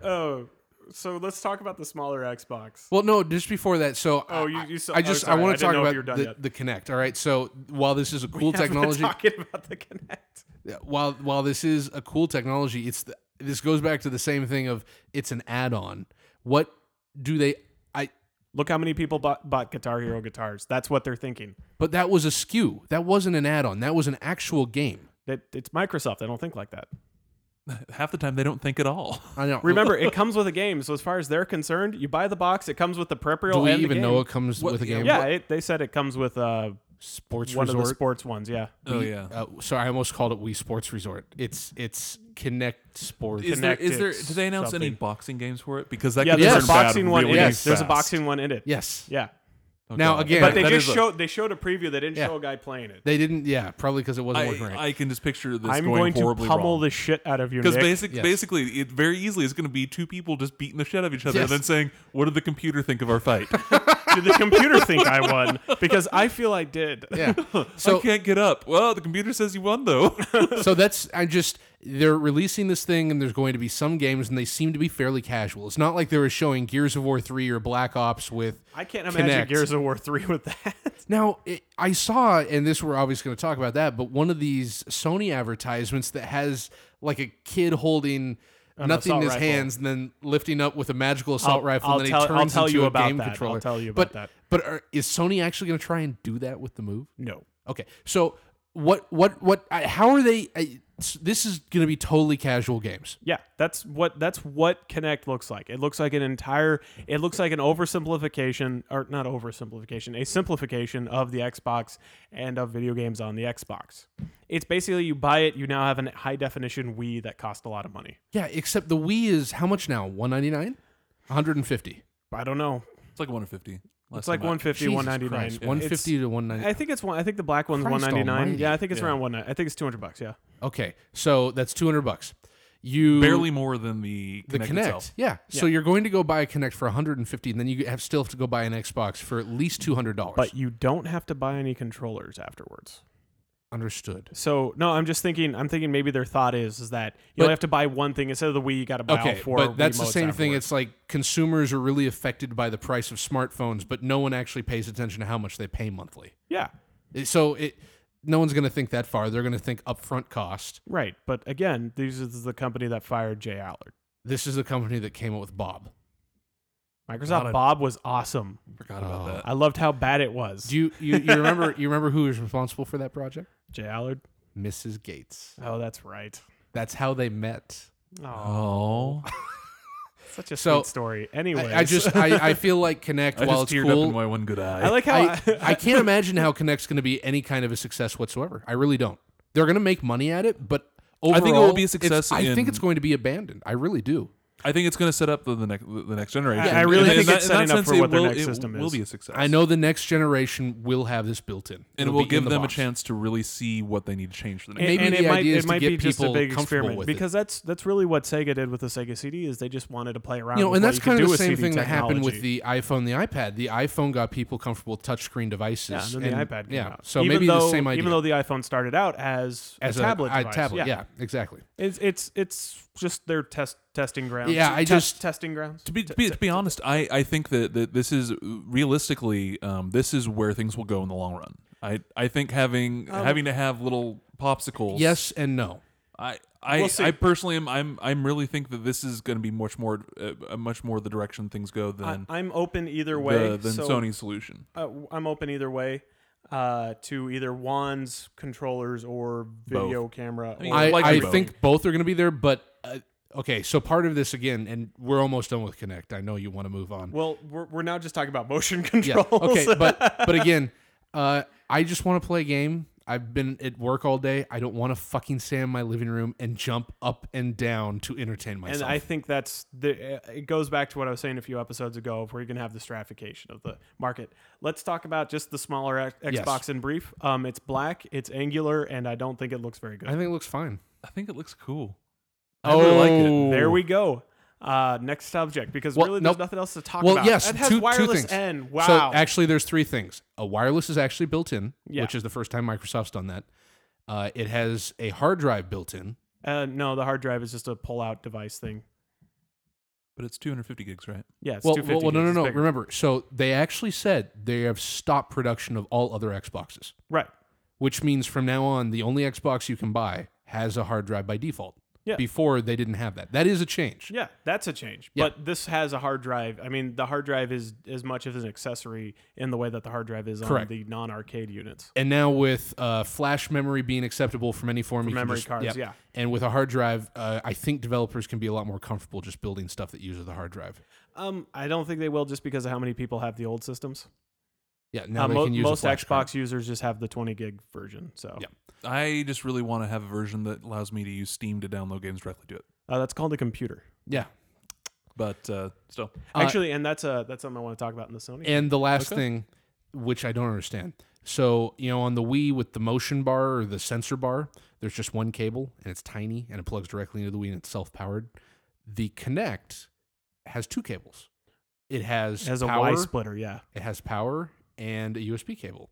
oh, so let's talk about the smaller Xbox.
Well, no, just before that. So,
Oh, you-
I-
you saw-
I
oh,
just
sorry,
I
I
want to
didn't
talk
know if you were
about
done
the,
yet.
the Connect. All right. So, while this
[laughs]
is a cool
We're
technology,
Talking about the Connect.
Yeah, [laughs] while while this is a cool technology, it's the, this goes back to the same thing of it's an add-on. What do they? I
Look how many people bought, bought Guitar Hero guitars. That's what they're thinking.
But that was a skew. That wasn't an add-on. That was an actual game.
That it's Microsoft. I don't think like that.
[laughs] Half the time, they don't think at all.
I know.
Remember, it comes with a game. So as far as they're concerned, you buy the box. It comes with the peripheral.
do we
and the
even
game.
know it comes
What-
with a game?
Yeah, it, they said it comes with uh,
Sports
one of the
Resort.
sports ones. Yeah.
[laughs] Oh yeah.
uh, sorry, I almost called it Wii Sports Resort. It's it's Connect Sports.
Is there, is there?
Kinectics
Did they announce any
something.
boxing games for it? Because that
Yeah,
could
there's
turn
a
bad
boxing one.
really
in it.
yes.
There's a
fast.
boxing one in it.
yes.
Yeah.
now
God.
again,
But they
that
just
is a-
showed they showed a preview. They didn't
Yeah.
show a guy playing it.
they didn't. Yeah, probably because it wasn't working
I,
right.
I can just picture this
I'm
going,
going, to
horribly
pummel
wrong.
the shit out of your
Because
Nick.
basic,
Yes.
basically, it very easily is going to be two people just beating the shit out of each other
Yes.
and then saying, "What did the computer think of
[laughs]
our fight?
Did the
[laughs]
computer think I won? Because I feel I did. [laughs]
yeah.
I
So
can't get up." Well, the computer says you won though.
so that's I just they're releasing this thing and there's going to be some games and they seem to be fairly casual. It's not like they were showing Gears of War 3 or Black Ops with
I can't imagine
Kinect.
Gears of War three with that.
Now, it, I saw, and this we're obviously going to talk about that, but one of these Sony advertisements that has like a kid holding nothing in
assault
his
rifle.
hands and then lifting up with a magical assault
I'll-
rifle,
I'll
and then
tell-
he
I'll
turns
tell
into
you
a
about
game
that. I'll
controller.
tell you
but,
about that.
But are, is Sony actually going to try and do that with the move?
No.
Okay, so what? What? What? I, how are they? I, s- this is going to be totally casual games.
Yeah, that's what that's what Connect looks like. It looks like an entire it looks like an oversimplification or not oversimplification, a simplification of the Xbox and of video games on the Xbox. It's basically you buy it, you now have a high definition Wii that cost a lot of money.
Yeah, except the Wii is how much now? One ninety nine, one hundred and fifty.
I don't know.
it's like 150.
It's like 150, 199.
One fifty to one ninety.
I think it's one I think the black one's
Christ
199.
almighty.
Yeah, I think it's
Yeah.
around 190. I think it's 200 bucks, yeah.
Okay, so that's two hundred bucks. You
barely more than the
the
Kinect
Connect.
itself.
Yeah. So you're going to go buy a Connect for 150 and then you have still have to go buy an Xbox for at least $200.
But you don't have to buy any controllers afterwards.
understood.
So no, I'm just thinking. I'm thinking maybe their thought is is that you
But-
only have to buy one thing instead of the Wii. You got to buy all
Okay,
four.
but that's the
Wiimotes
same thing.
afterwards.
It's like consumers are really affected by the price of smartphones, but no one actually pays attention to how much they pay monthly.
yeah,
It- So it no one's going to think that far. They're going to think upfront cost.
right. But again, this is the company that fired Jay Allard.
This is the company that came up with Bob.
Microsoft
a-
Bob was awesome.
Forgot about that.
I loved how bad it was.
Uh, Do you you, you remember you remember who was responsible for that project?
Jay Allard.
Mrs. Gates.
Oh, that's right.
That's how they met.
Oh,
Oh,
such a
Uh, so-
sweet story. Anyway,
I, I just
[laughs]
I,
[laughs]
I feel like Connect
I
while
just
it's
teared
cool
up in my one good eye.
I like [laughs] how
I, I can't imagine how Connect's going to be any kind of a success whatsoever. I really don't. They're going to make money at it, but overall,
think it will be a
it's-
success
I think
in-
it's going to be abandoned. I really do.
I think it's going to set up the, the next the next generation.
I really
And
think
in
it's
that-
setting
in that
up
sense,
for
it
what their
will-
next
it
system
Will
is.
be a success.
I know the next generation will have this built in,
and it
It'll
will
be in
give
the
them
box.
a chance to really see what they need to change for the next.
maybe
and
the
it might,
idea
it
is to
might
get
be just a
people
big
comfortable
experiment
with it.
because that's that's really what Sega did with the Sega CD is they just wanted to play around.
You know,
with
and
what
that's
you could
kind of
do
the
with
same
CD
thing that happened with
technology.
the iPhone, the iPad. The iPhone got people comfortable with touchscreen devices.
Yeah, and then the iPad came
yeah,
out.
So
even
maybe
though,
the same idea.
Even though the iPhone started out as,
as
a tablet,
a, i-
device.
tablet,
yeah.
exactly.
It's it's it's just their test testing grounds.
Yeah, I
Test-
just-
testing grounds.
To be, to be, to be honest, I, I think that, that this is realistically um, this is where things will go in the long run. I, I think having
Um,
having to have little popsicles.
Yes and no.
I I,
We'll see.
I personally am I'm I'm really think that this is going to be much more uh, much more the direction things go than
I, am open either way.
the, than
so,
Sony's solution.
uh, I'm open either way uh, to either wands, controllers, or video camera.
mean,
or-
I,
like
I
Reboot.
think both are going to be there, but uh, okay. So part of this again, and we're almost done with Connect. I know you want to move on.
well, we're, we're now just talking about motion [laughs]
yeah.
controls.
Okay, but but again, uh, I just want to play a game. I've been at work all day. I don't want to fucking stay in my living room and jump up and down to entertain myself.
and I think that's the. uh, It goes back to what I was saying a few episodes ago, where you're gonna have the stratification of the market. Let's talk about just the smaller X-
Yes.
Xbox in brief. Um, it's black, it's angular, and I don't think it looks very good.
I think it looks fine.
I think it looks cool. I really like it.
there we go. Uh, next subject, because
Well,
really there's
nope.
nothing else to talk
Well,
about.
yes,
it has
two, two
wireless
things.
N. Wow.
So actually, there's three things. A wireless is actually built in,
Yeah.
which is the first time Microsoft's done that. Uh, it has a hard drive built in.
uh, no, the hard drive is just a pull-out device thing.
But it's 250 gigs, right?
Yeah, it's
well,
250
well, no,
gigs.
no,
It's
no.
bigger.
Remember, so they actually said they have stopped production of all other Xboxes,
Right.
which means from now on, the only Xbox you can buy has a hard drive by default.
Yeah.
Before they didn't have that. That is a change.
Yeah, that's a change.
Yeah.
But this has a hard drive. I mean, the hard drive is as much of an accessory in the way that the hard drive is
Correct.
on the non-arcade units.
And now with uh, flash memory being acceptable from any form, you can
memory
just-
cards, yeah.
And with a hard drive, uh, I think developers can be a lot more comfortable just building stuff that uses the hard drive.
Um, I don't think they will just because of how many people have the old systems.
Yeah, now
Uh,
they
mo-
can use a
most
flash
Xbox
card.
users just have the 20 gig version. So
Yeah.
I just really want to have a version that allows me to use Steam to download games directly to it.
uh, that's called a computer.
Yeah.
But uh, still,
Uh,
Actually, and that's uh that's something I want to talk about in the Sony.
And the last thing, which I don't understand. So, you know, on the Wii with the motion bar or the sensor bar, there's just one cable and it's tiny and it plugs directly into the Wii and it's self powered. The Kinect has two cables. It has,
It has a
power,
Y splitter, yeah.
It has power and a USB cable,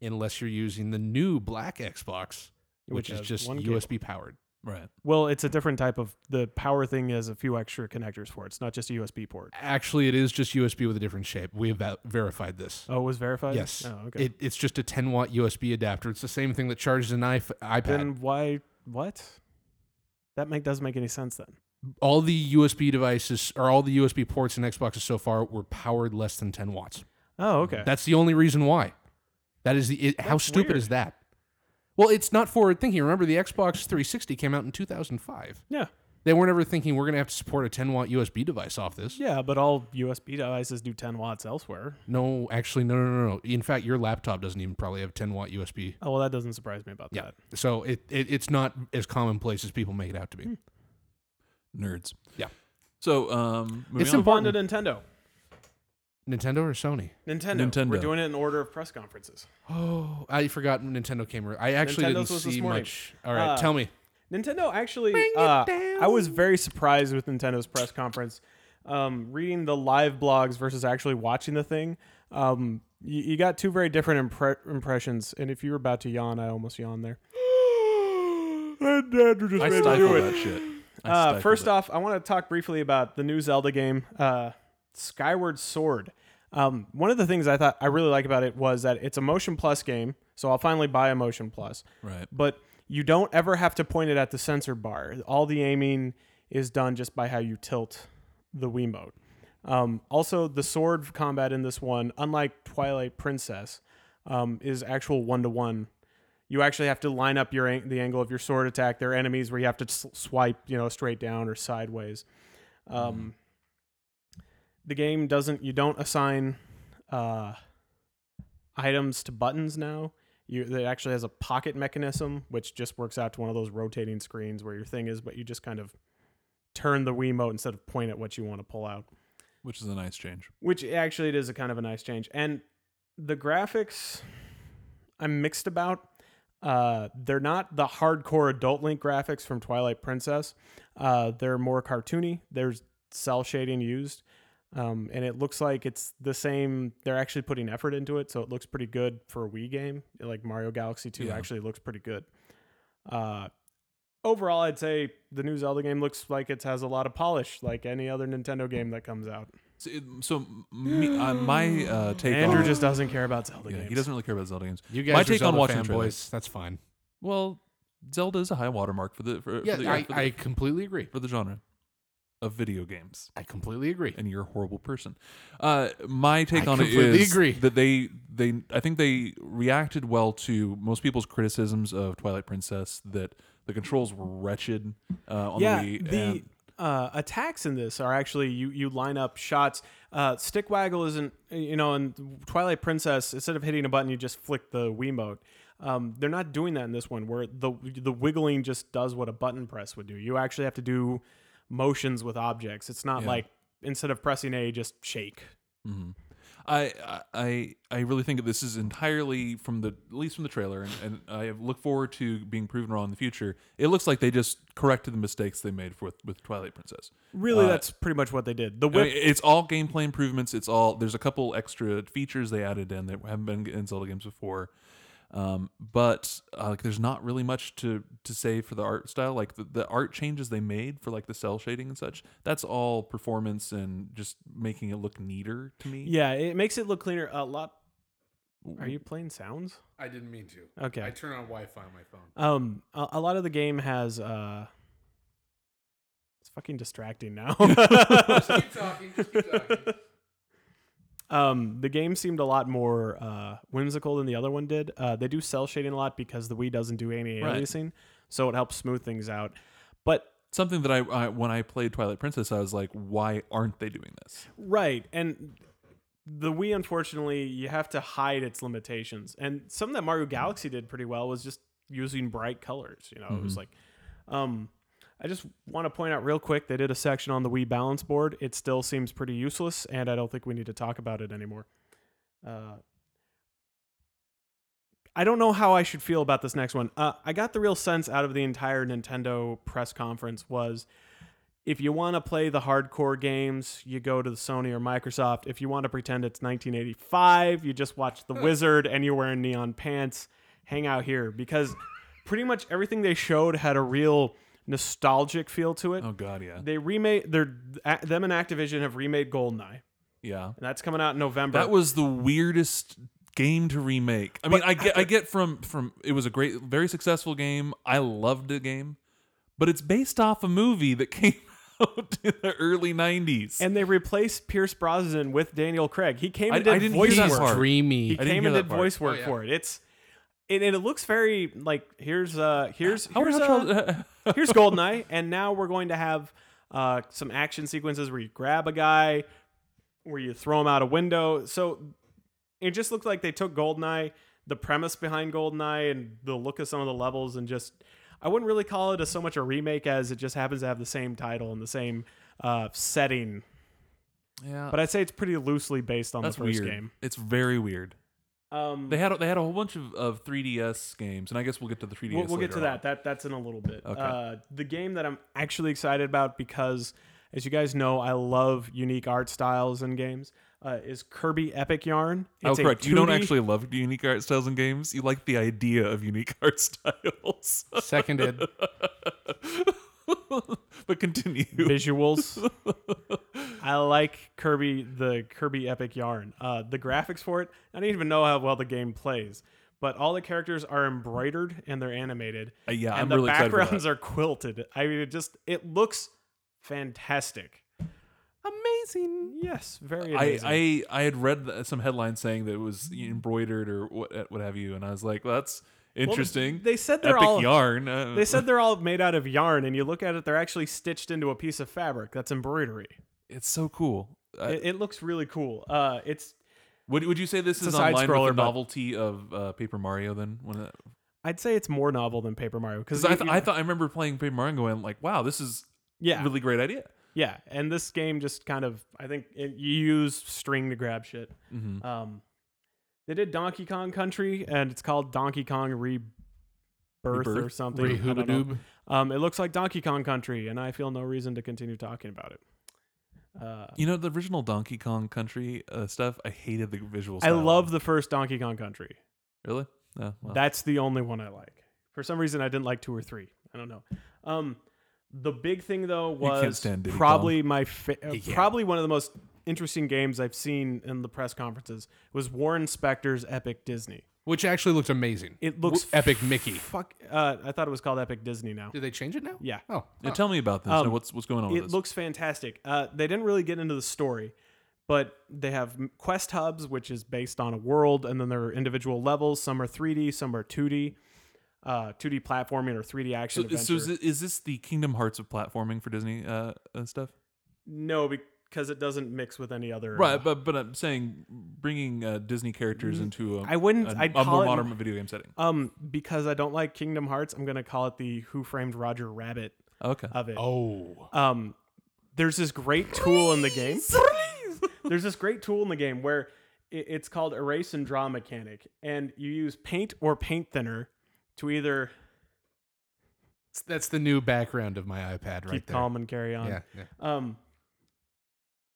unless you're using the new black Xbox,
Which
which, is
has
just
one cable.
USB powered.
Right.
Well, it's a different type of the power thing has a few extra connectors for it. It's not just a USB port.
Actually, it is just USB with a different shape. We have va- verified this.
Oh, it was verified?
Yes.
Oh, okay.
It, it's just a 10 watt USB adapter. It's the same thing that charges an iP- iPad.
then why what? That make doesn't make any sense then.
all the USB devices or all the USB ports in Xboxes so far were powered less than 10 watts.
Oh, okay.
That's the only reason why. That is the it, how
That's
stupid
weird.
is that? Well, it's not forward thinking. Remember, the Xbox 360 came out in 2005.
yeah.
They weren't ever thinking we're going to have to support a 10 watt USB device off this.
Yeah, but all USB devices do 10 watts elsewhere.
No, actually, no, no, no, no. In fact, your laptop doesn't even probably have 10 watt USB.
Oh, well, that doesn't surprise me about
Yeah.
that.
So it, it it's not as commonplace as people make it out to be.
Hmm.
Nerds.
Yeah.
So, um, moving
It's
on.
Move on to Nintendo.
Nintendo or Sony?
Nintendo.
Nintendo.
We're doing it in order of press conferences.
Oh, I forgot Nintendo came. ar- I actually
Nintendo's
didn't
was this
see
morning.
much. All right,
Uh,
tell me.
Nintendo actually, uh, I was very surprised with Nintendo's press conference. Um, reading the live blogs versus actually watching the thing, um, you, you got two very different impre- impressions. And if you were about to yawn, I almost yawned
[gasps]
there. and Andrew just
I
made me do
stifle
it.
that shit. I
Uh,
stifle
first
that.
off, I want to talk briefly about the new Zelda game, uh, Skyward Sword. Um, one of the things I thought I really like about it was that it's a Motion Plus game, so I'll finally buy a Motion Plus.
Right.
But you don't ever have to point it at the sensor bar. All the aiming is done just by how you tilt the Wiimote. Um, also, the sword combat in this one, unlike Twilight Princess, um, is actual one to one you actually have to line up your an- the angle of your sword attack. There are enemies where you have to s- swipe, you know, straight down or sideways. Um, The game doesn't. You don't assign uh, items to buttons now. You it actually has a pocket mechanism, which just works out to one of those rotating screens where your thing is, but you just kind of turn the Wiimote instead of point at what you want to pull out
which is a nice change.
which actually it is a kind of a nice change and the graphics i'm mixed about uh, they're not the hardcore adult link graphics from twilight princess uh, they're more cartoony there's cell shading used um, and it looks like it's the same they're actually putting effort into it so it looks pretty good for a wii game like mario galaxy 2
Yeah.
actually looks pretty good uh, overall i'd say the new zelda game looks like it has a lot of polish like any other nintendo game that comes out
So, it, so me, uh, my uh, take
Andrew
on
just doesn't care about Zelda
yeah,
games.
he doesn't really care about Zelda games.
You guys
my
are
take on
Zelda
watching the trailer.
fanboys. That's fine.
Well, Zelda is a high watermark for the for,
Yeah,
for the,
I,
for, the
I completely agree.
for the genre of video games.
I completely agree.
And you're a horrible person. Uh, my take
I
on it
completely
is
agree.
that they they I think they reacted well to most people's criticisms of Twilight Princess that the controls were wretched uh, on
Yeah,
the Wii.
the
and-
uh, attacks in this are actually you you line up shots. Uh, stick waggle isn't you know in Twilight Princess instead of hitting a button you just flick the Wiimote. Um, they're not doing that in this one where the the wiggling just does what a button press would do. You actually have to do motions with objects. It's not
Yeah.
like instead of pressing A just shake.
Mhm. I I- I I really think that this is entirely from the at least from the trailer, and, and I have- look forward to being proven wrong in the future. It looks like they just corrected the mistakes they made with with Twilight Princess.
Really,
Uh,
that's pretty much what they did. The
I mean,
whip
it's all gameplay improvements. It's all there's a couple extra features they added in that haven't been in Zelda games before. Um, but uh, like, there's not really much to to say for the art style. Like the, the art changes they made for like the cell shading and such. That's all performance and just making it look neater to me.
yeah, it makes it look cleaner. A lot. Are you playing sounds?
I didn't mean to.
Okay.
I turn on Wi-Fi on my phone.
Um, a, a lot of the game has uh, it's fucking distracting now.
keep talking. [laughs] Just
[laughs]
keep talking.
um, the game seemed a lot more uh, whimsical than the other one did. Uh, they do cell shading a lot because the Wii doesn't do any
Right.
aliasing, so it helps smooth things out. But
something that I, I when I played Twilight Princess, I was like, why aren't they doing this?
Right. And the Wii, unfortunately, you have to hide its limitations. And something that Mario Galaxy did pretty well was just using bright colors. You know, it was like, um, I just want to point out real quick they did a section on the Wii balance board. It still seems pretty useless, and I don't think we need to talk about it anymore. Uh, I don't know how I should feel about this next one. Uh, I got the real sense out of the entire Nintendo press conference was if you want to play the hardcore games, you go to the Sony or Microsoft. If you want to pretend it's 1985, you just watch The Wizard and you're wearing neon pants. Hang out here because pretty much everything they showed had a real nostalgic feel to it.
Oh god, yeah,
They remade their them and Activision have remade Goldeneye,
yeah.
and that's coming out in November.
That was the weirdest game to remake. I mean, I get, I get from from it was a great, very successful game. I loved the game, but it's based off a movie that [laughs] came out in the early '90s.
and they replaced Pierce Brosnan with Daniel Craig. He came
I-
and did
I didn't hear
voice
that
work.
part.
He
Dreamy. [laughs]
didn't
came
hear
and
that
did
part.
voice work
yeah.
for it. It's and, and it looks very like here's uh here's
I wonder
here's,
how
uh,
Charles- [laughs]
here's Goldeneye, and now we're going to have uh some action sequences where you grab a guy, where you throw him out a window. So it just looked like they took Goldeneye, the premise behind Goldeneye, and the look of some of the levels, and just I wouldn't really call it a, so much a remake as it just happens to have the same title and the same uh setting.
yeah,
But I'd say it's pretty loosely based on
that's
the first
weird.
game.
It's very weird.
Um,
They had they had a whole bunch of, of 3DS games, and I guess we'll get to the 3DS.
We'll, we'll get
later
to
on.
that. That that's in a little bit.
Okay.
Uh, the game that I'm actually excited about because, as you guys know, I love unique art styles in games. Uh, is Kirby Epic Yarn?
Oh,
It's a
correct. You don't
2D
actually [laughs] love unique art styles in games. You like the idea of unique [laughs] art styles. [laughs]
Seconded.
but continue. [laughs]
visuals. I like Kirby the Kirby Epic Yarn. Uh, the graphics for it. I don't even know how well the game plays. But all the characters are embroidered and they're animated.
Uh, yeah,
and
I'm
the
really excited for that.
backgrounds are quilted. I mean, it just it looks fantastic.
Amazing.
Yes, very.
I,
Amazing.
I I had read th- some headlines saying that it was embroidered or what what have you, and I was like, well, that's interesting.
They said they're
Epic
all
yarn. Uh,
they said they're all made out of yarn, and you look at it, they're actually stitched into a piece of fabric. That's embroidery.
[laughs] it's so cool. Uh,
It, it looks really cool. Uh, it's
would would you say this
a
is online
side-scroller,
with the
but-
novelty of uh, Paper Mario? Then when it-
I'd say it's more novel than Paper Mario because
'cause I, th- I thought I remember playing Paper Mario and going like, wow, this is
yeah
a really great idea.
yeah, and this game just kind of I think it, you use string to grab shit.
Mm-hmm.
Um, they did Donkey Kong Country, and it's called Donkey Kong Rebirth or
Rebirth?
something. I don't know.
Rehoobadoob.
Um, it looks like Donkey Kong Country, and I feel no reason to continue talking about it. Uh,
You know the original Donkey Kong Country uh, stuff. I hated the visuals.
I love the first Donkey Kong Country.
Really? No. well.
That's the only one I like. For some reason, I didn't like two or three. I don't know. Um, the big thing though
can't
was
stand Diddy
probably my
[laughs]
fa- uh, probably one of the most interesting games I've seen in the press conferences was Warren Spector's Epic Disney.
Which actually looked amazing.
It looks
W- Epic Mickey.
fuck. Uh, I thought it was called Epic Disney now.
Did they change it now?
Yeah.
Oh.
Now tell me about this.
Um,
Now what's what's going on with
It
Oh, this?
looks fantastic. Uh, they didn't really get into the story, but they have m- quest hubs, which is based on a world, and then there are individual levels. Some are 3D, some are 2D, uh, 2D platforming or 3D action.
so, uh, so
adventure.
is, thi- is this the Kingdom Hearts of platforming for Disney uh, uh, stuff?
no, because it doesn't mix with any other. uh,
Right, but but I'm saying bringing uh, Disney characters into a,
Mm, I wouldn't-
a,
I'd
a
call
more
it-
modern video game setting.
um, because I don't like Kingdom Hearts, I'm gonna call it the Who Framed Roger Rabbit
Okay,
of it.
Oh.
um, there's this great tool in the game. there's this great tool in the game where i- it's called erase and draw mechanic, and you use paint or paint thinner to either
That's the new background of my iPad right
keep
there.
calm and carry on.
Yeah, yeah.
Um,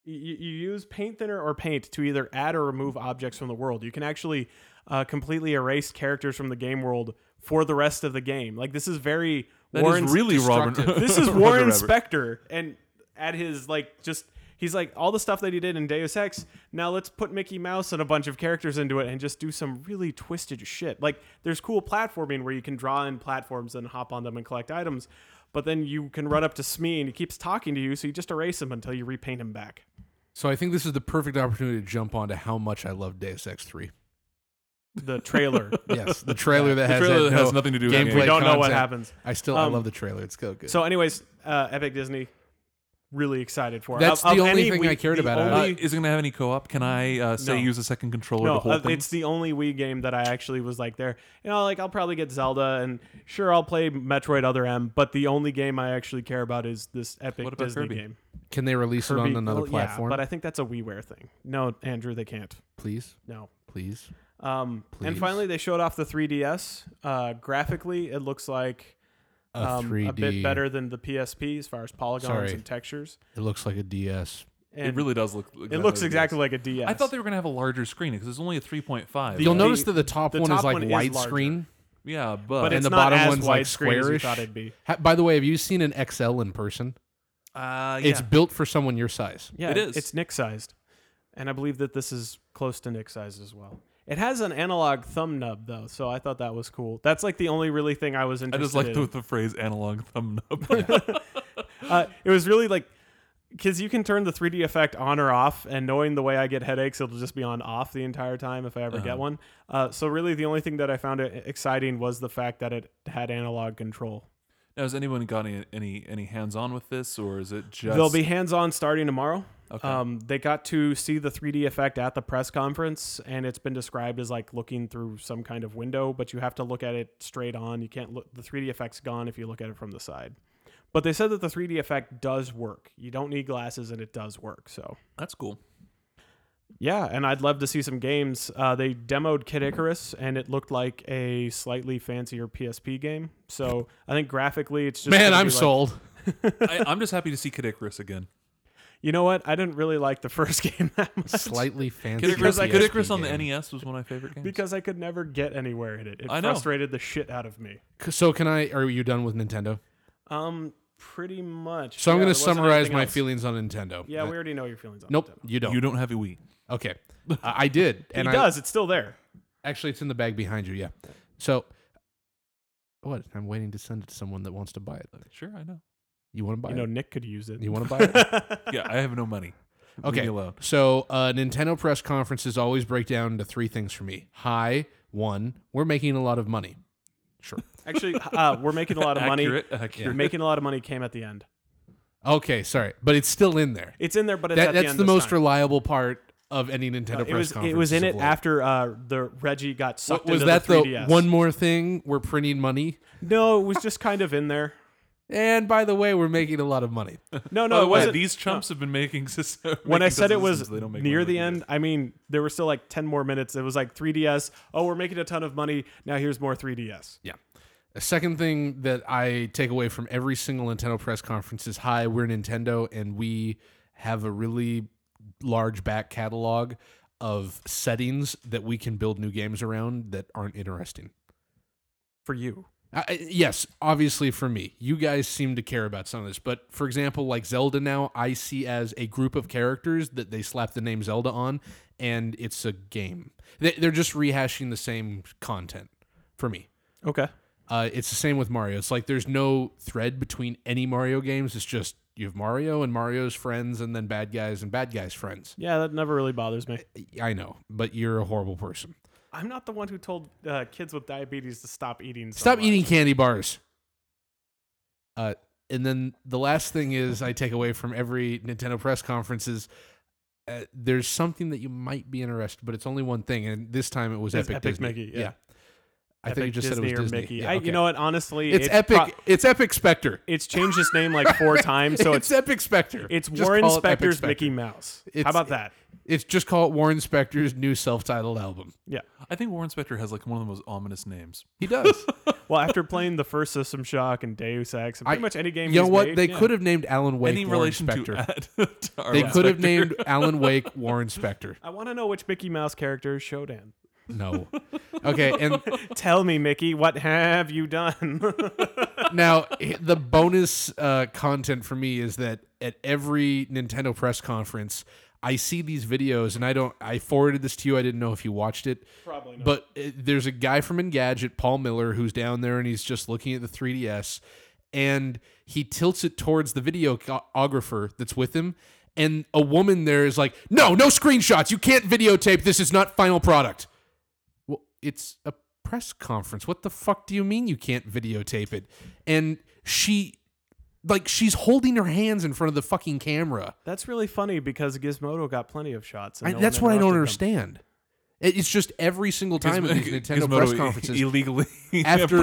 you, you use paint thinner or paint to either add or remove objects from the world. You can actually uh, completely erase characters from the game world for the rest of the game. Like this is very
That is
Warren.
really Robin.
destructive. [laughs]
this is
Roger
Warren
Rabbit.
Spector, and at his like just he's like all the stuff that he did in Deus Ex. Now let's put Mickey Mouse and a bunch of characters into it and just do some really twisted shit. Like there's cool platforming where you can draw in platforms and hop on them and collect items, but then you can run up to Smee and he keeps talking to you, so you just erase him until you repaint him back.
So I think this is the perfect opportunity to jump onto how much I love Deus Ex 3.
The
[laughs]
trailer.
Yes, the trailer that,
The
has,
trailer
had
that has
no
nothing to do with
gameplay
anything. We
don't know what
content.
happens.
I still
Um,
I love the trailer. It's so good.
so, anyways, uh, Epic Disney. Really excited for it.
That's
Of- of
the only
any
thing
Wii-
I cared
the
about out of
Uh,
only-
is it going to have any co-op? Can I uh, say
No.
use a second controller
No,
to hold
uh,
things?
it's the only Wii game that I actually was like there. You know, like I'll probably get Zelda, and sure I'll play Metroid Other M, but the only game I actually care about is this epic
What about
Disney
Kirby?
game.
Can they release it on another
well, yeah,
platform?
but I think that's a WiiWare thing. No, Andrew, they can't.
please,
No.
please.
Um, and
Please.
finally, they showed off the 3DS. Uh, graphically, it looks like
A
um, a
3D.
bit better than the PSP as far as polygons
Sorry.
and textures.
It looks like a DS.
And
it really does look.
it looks exactly like a DS.
I thought they were gonna have a larger screen because it's only a 3.5.
The-
You'll
the-
notice that the top
the
one
top
is like
one is
widescreen,
yeah, but,
but
and
it's
the
not
bottom
as
one's,
widescreen
like,
as you
squarish.
thought it'd be.
Ha- By the way, have you seen an XL in person?
uh, yeah.
It's built for someone your size.
Yeah,
It is.
It's Nick sized, and I believe that this is close to Nick size as well. It has an analog thumb nub though, so I thought that was cool. That's like the only really thing I was
I
interested.
just like
in.
the, the phrase analog
[laughs]
thumb up.
uh, it was really like because you can turn the 3D effect on or off, and knowing the way I get headaches, it'll just be on off the entire time if I ever
Uh-huh.
get one. Uh, so really, the only thing that I found it exciting was the fact that it had analog control.
now, has anyone got any any, any hands on with this, or is it just?
They'll be hands on starting tomorrow.
Okay.
Um, they got to see the 3D effect at the press conference, and it's been described as like looking through some kind of window, but you have to look at it straight on. You can't look, the 3D effect's gone if you look at it from the side. But they said that the 3D effect does work. You don't need glasses, and it does work. So,
That's cool.
yeah, and I'd love to see some games. Uh, they demoed Kid Icarus, and it looked like a slightly fancier PSP game. So, I think graphically, it's just.
Man,
gonna
I'm
be like- [laughs]
sold.
I, I'm just happy to see Kid Icarus again.
You know what? I didn't really like the first [laughs] game that much.
Slightly fancy.
Kid Icarus,
I
Kid
PSP
Icarus on the
game.
NES was one of my favorite games.
because I could never get anywhere in it. It
I know.
frustrated the shit out of me.
C- So can I? Are you done with Nintendo?
Um, pretty much.
So
Yeah,
I'm going
there
to
wasn't
summarize
anything
my
else.
feelings on Nintendo.
Yeah,
Uh,
we already know your feelings on
nope,
Nintendo.
you don't.
you don't have a [laughs] Wii.
Okay, I I did,
[laughs] He
and I,
does. It's still there.
Actually, it's in the bag behind you. Yeah. So, what? I'm waiting to send it to someone that wants to buy it.
Sure, I know.
You want to buy
You know,
it?
Nick could use it.
You want to buy
[laughs]
it?
Yeah, I have no money. Leave me
Okay.
alone.
So, uh, Nintendo press conferences always break down into three things for me. High, one, we're making a lot of money.
[laughs]
Sure.
Actually, uh, we're making a lot of money.
Accurate,
You're
accurate.
making a lot of money came at the end.
Okay, sorry, but it's still in there.
It's in there, but it's
That,
at
that's
the, end
the
this
most
time. Uh,
reliable part of any Nintendo press
it was
conference.
it was in
of
it
late.
after uh, the Reggie got sucked
Was
into
that
the
the,
3DS.
one more thing? We're printing money,
No, it was just kind of in there.
and by the way, we're making a lot of money.
No,
By
no,
the
it
way,
wasn't.
these chumps have been making [laughs] system.
when I said it was near the end, I mean there were still like ten more minutes. It was like 3ds. Oh, we're making a ton of money now. Here's more 3ds.
Yeah. A second thing that I take away from every single Nintendo press conference is hi, we're Nintendo and we have a really large back catalog of settings that we can build new games around that aren't interesting.
for you.
I, I- yes, obviously for me. You guys seem to care about some of this, but for example, like Zelda now, I see as a group of characters that they slap the name Zelda on and it's a game. They, they're just rehashing the same content for me.
Okay.
Uh, it's the same with Mario. It's like there's no thread between any Mario games. It's just you have Mario and Mario's friends, and then bad guys and bad guys' friends.
Yeah, that never really bothers me.
I know, but you're a horrible person.
I'm not the one who told uh, kids with diabetes to stop eating. so
Stop
much.
eating candy bars. Uh, and then the last thing is I take away from every Nintendo press conference is uh, there's something that you might be interested, but it's only one thing, and this time it was
It's
Epic,
Epic
Disney.
Mickey, yeah.
I think you
Epic
just
Disney
said it was
or
Disney.
Mickey.
Yeah,
I,
okay.
you know what? Honestly,
it's, Epic.
pro-
it's Epic Spectre.
it's changed its name like
[laughs]
four times, so
it's,
it's
Epic Spectre.
it's
Just
Warren
call it Epic
Spector's
Spectre.
Mickey Mouse.
It's- e
How about that?
It's just called Warren Spector's new self-titled album.
Yeah.
I think Warren Spector has like one of the most ominous names.
[laughs]
He does.
Well, after playing the first System Shock and Deus Ex and pretty much any game,
you know
he's
what?
made,
they
yeah.
could have named Alan Wake
Any
Warren
relation
Spector.
[laughs] to, to our
they
Warren
could have
Spector.
named Alan Wake Warren Spector.
I want to know which Mickey Mouse character is Shodan.
No. Okay, and
Tell me, Mickey, what have you done?
now the bonus uh, content for me is that at every Nintendo press conference, I see these videos, and I don't. I forwarded this to you. I didn't know if you watched it.
[laughs] Probably not.
But uh, there's a guy from Engadget, Paul Miller, who's down there and he's just looking at the 3DS and he tilts it towards the videographer that's with him. And a woman there is like, no, no screenshots. You can't videotape. This is not final product. Well, it's a press conference. What the fuck do you mean you can't videotape it? And she, like, she's holding her hands in front of the fucking camera.
That's really funny because Gizmodo got plenty of shots. And
I,
no one
that's what I don't
interrupted them.
understand. It- It's just every single time
[laughs]
at these Nintendo
Gizmodo
press conferences.
illegally [laughs]
After-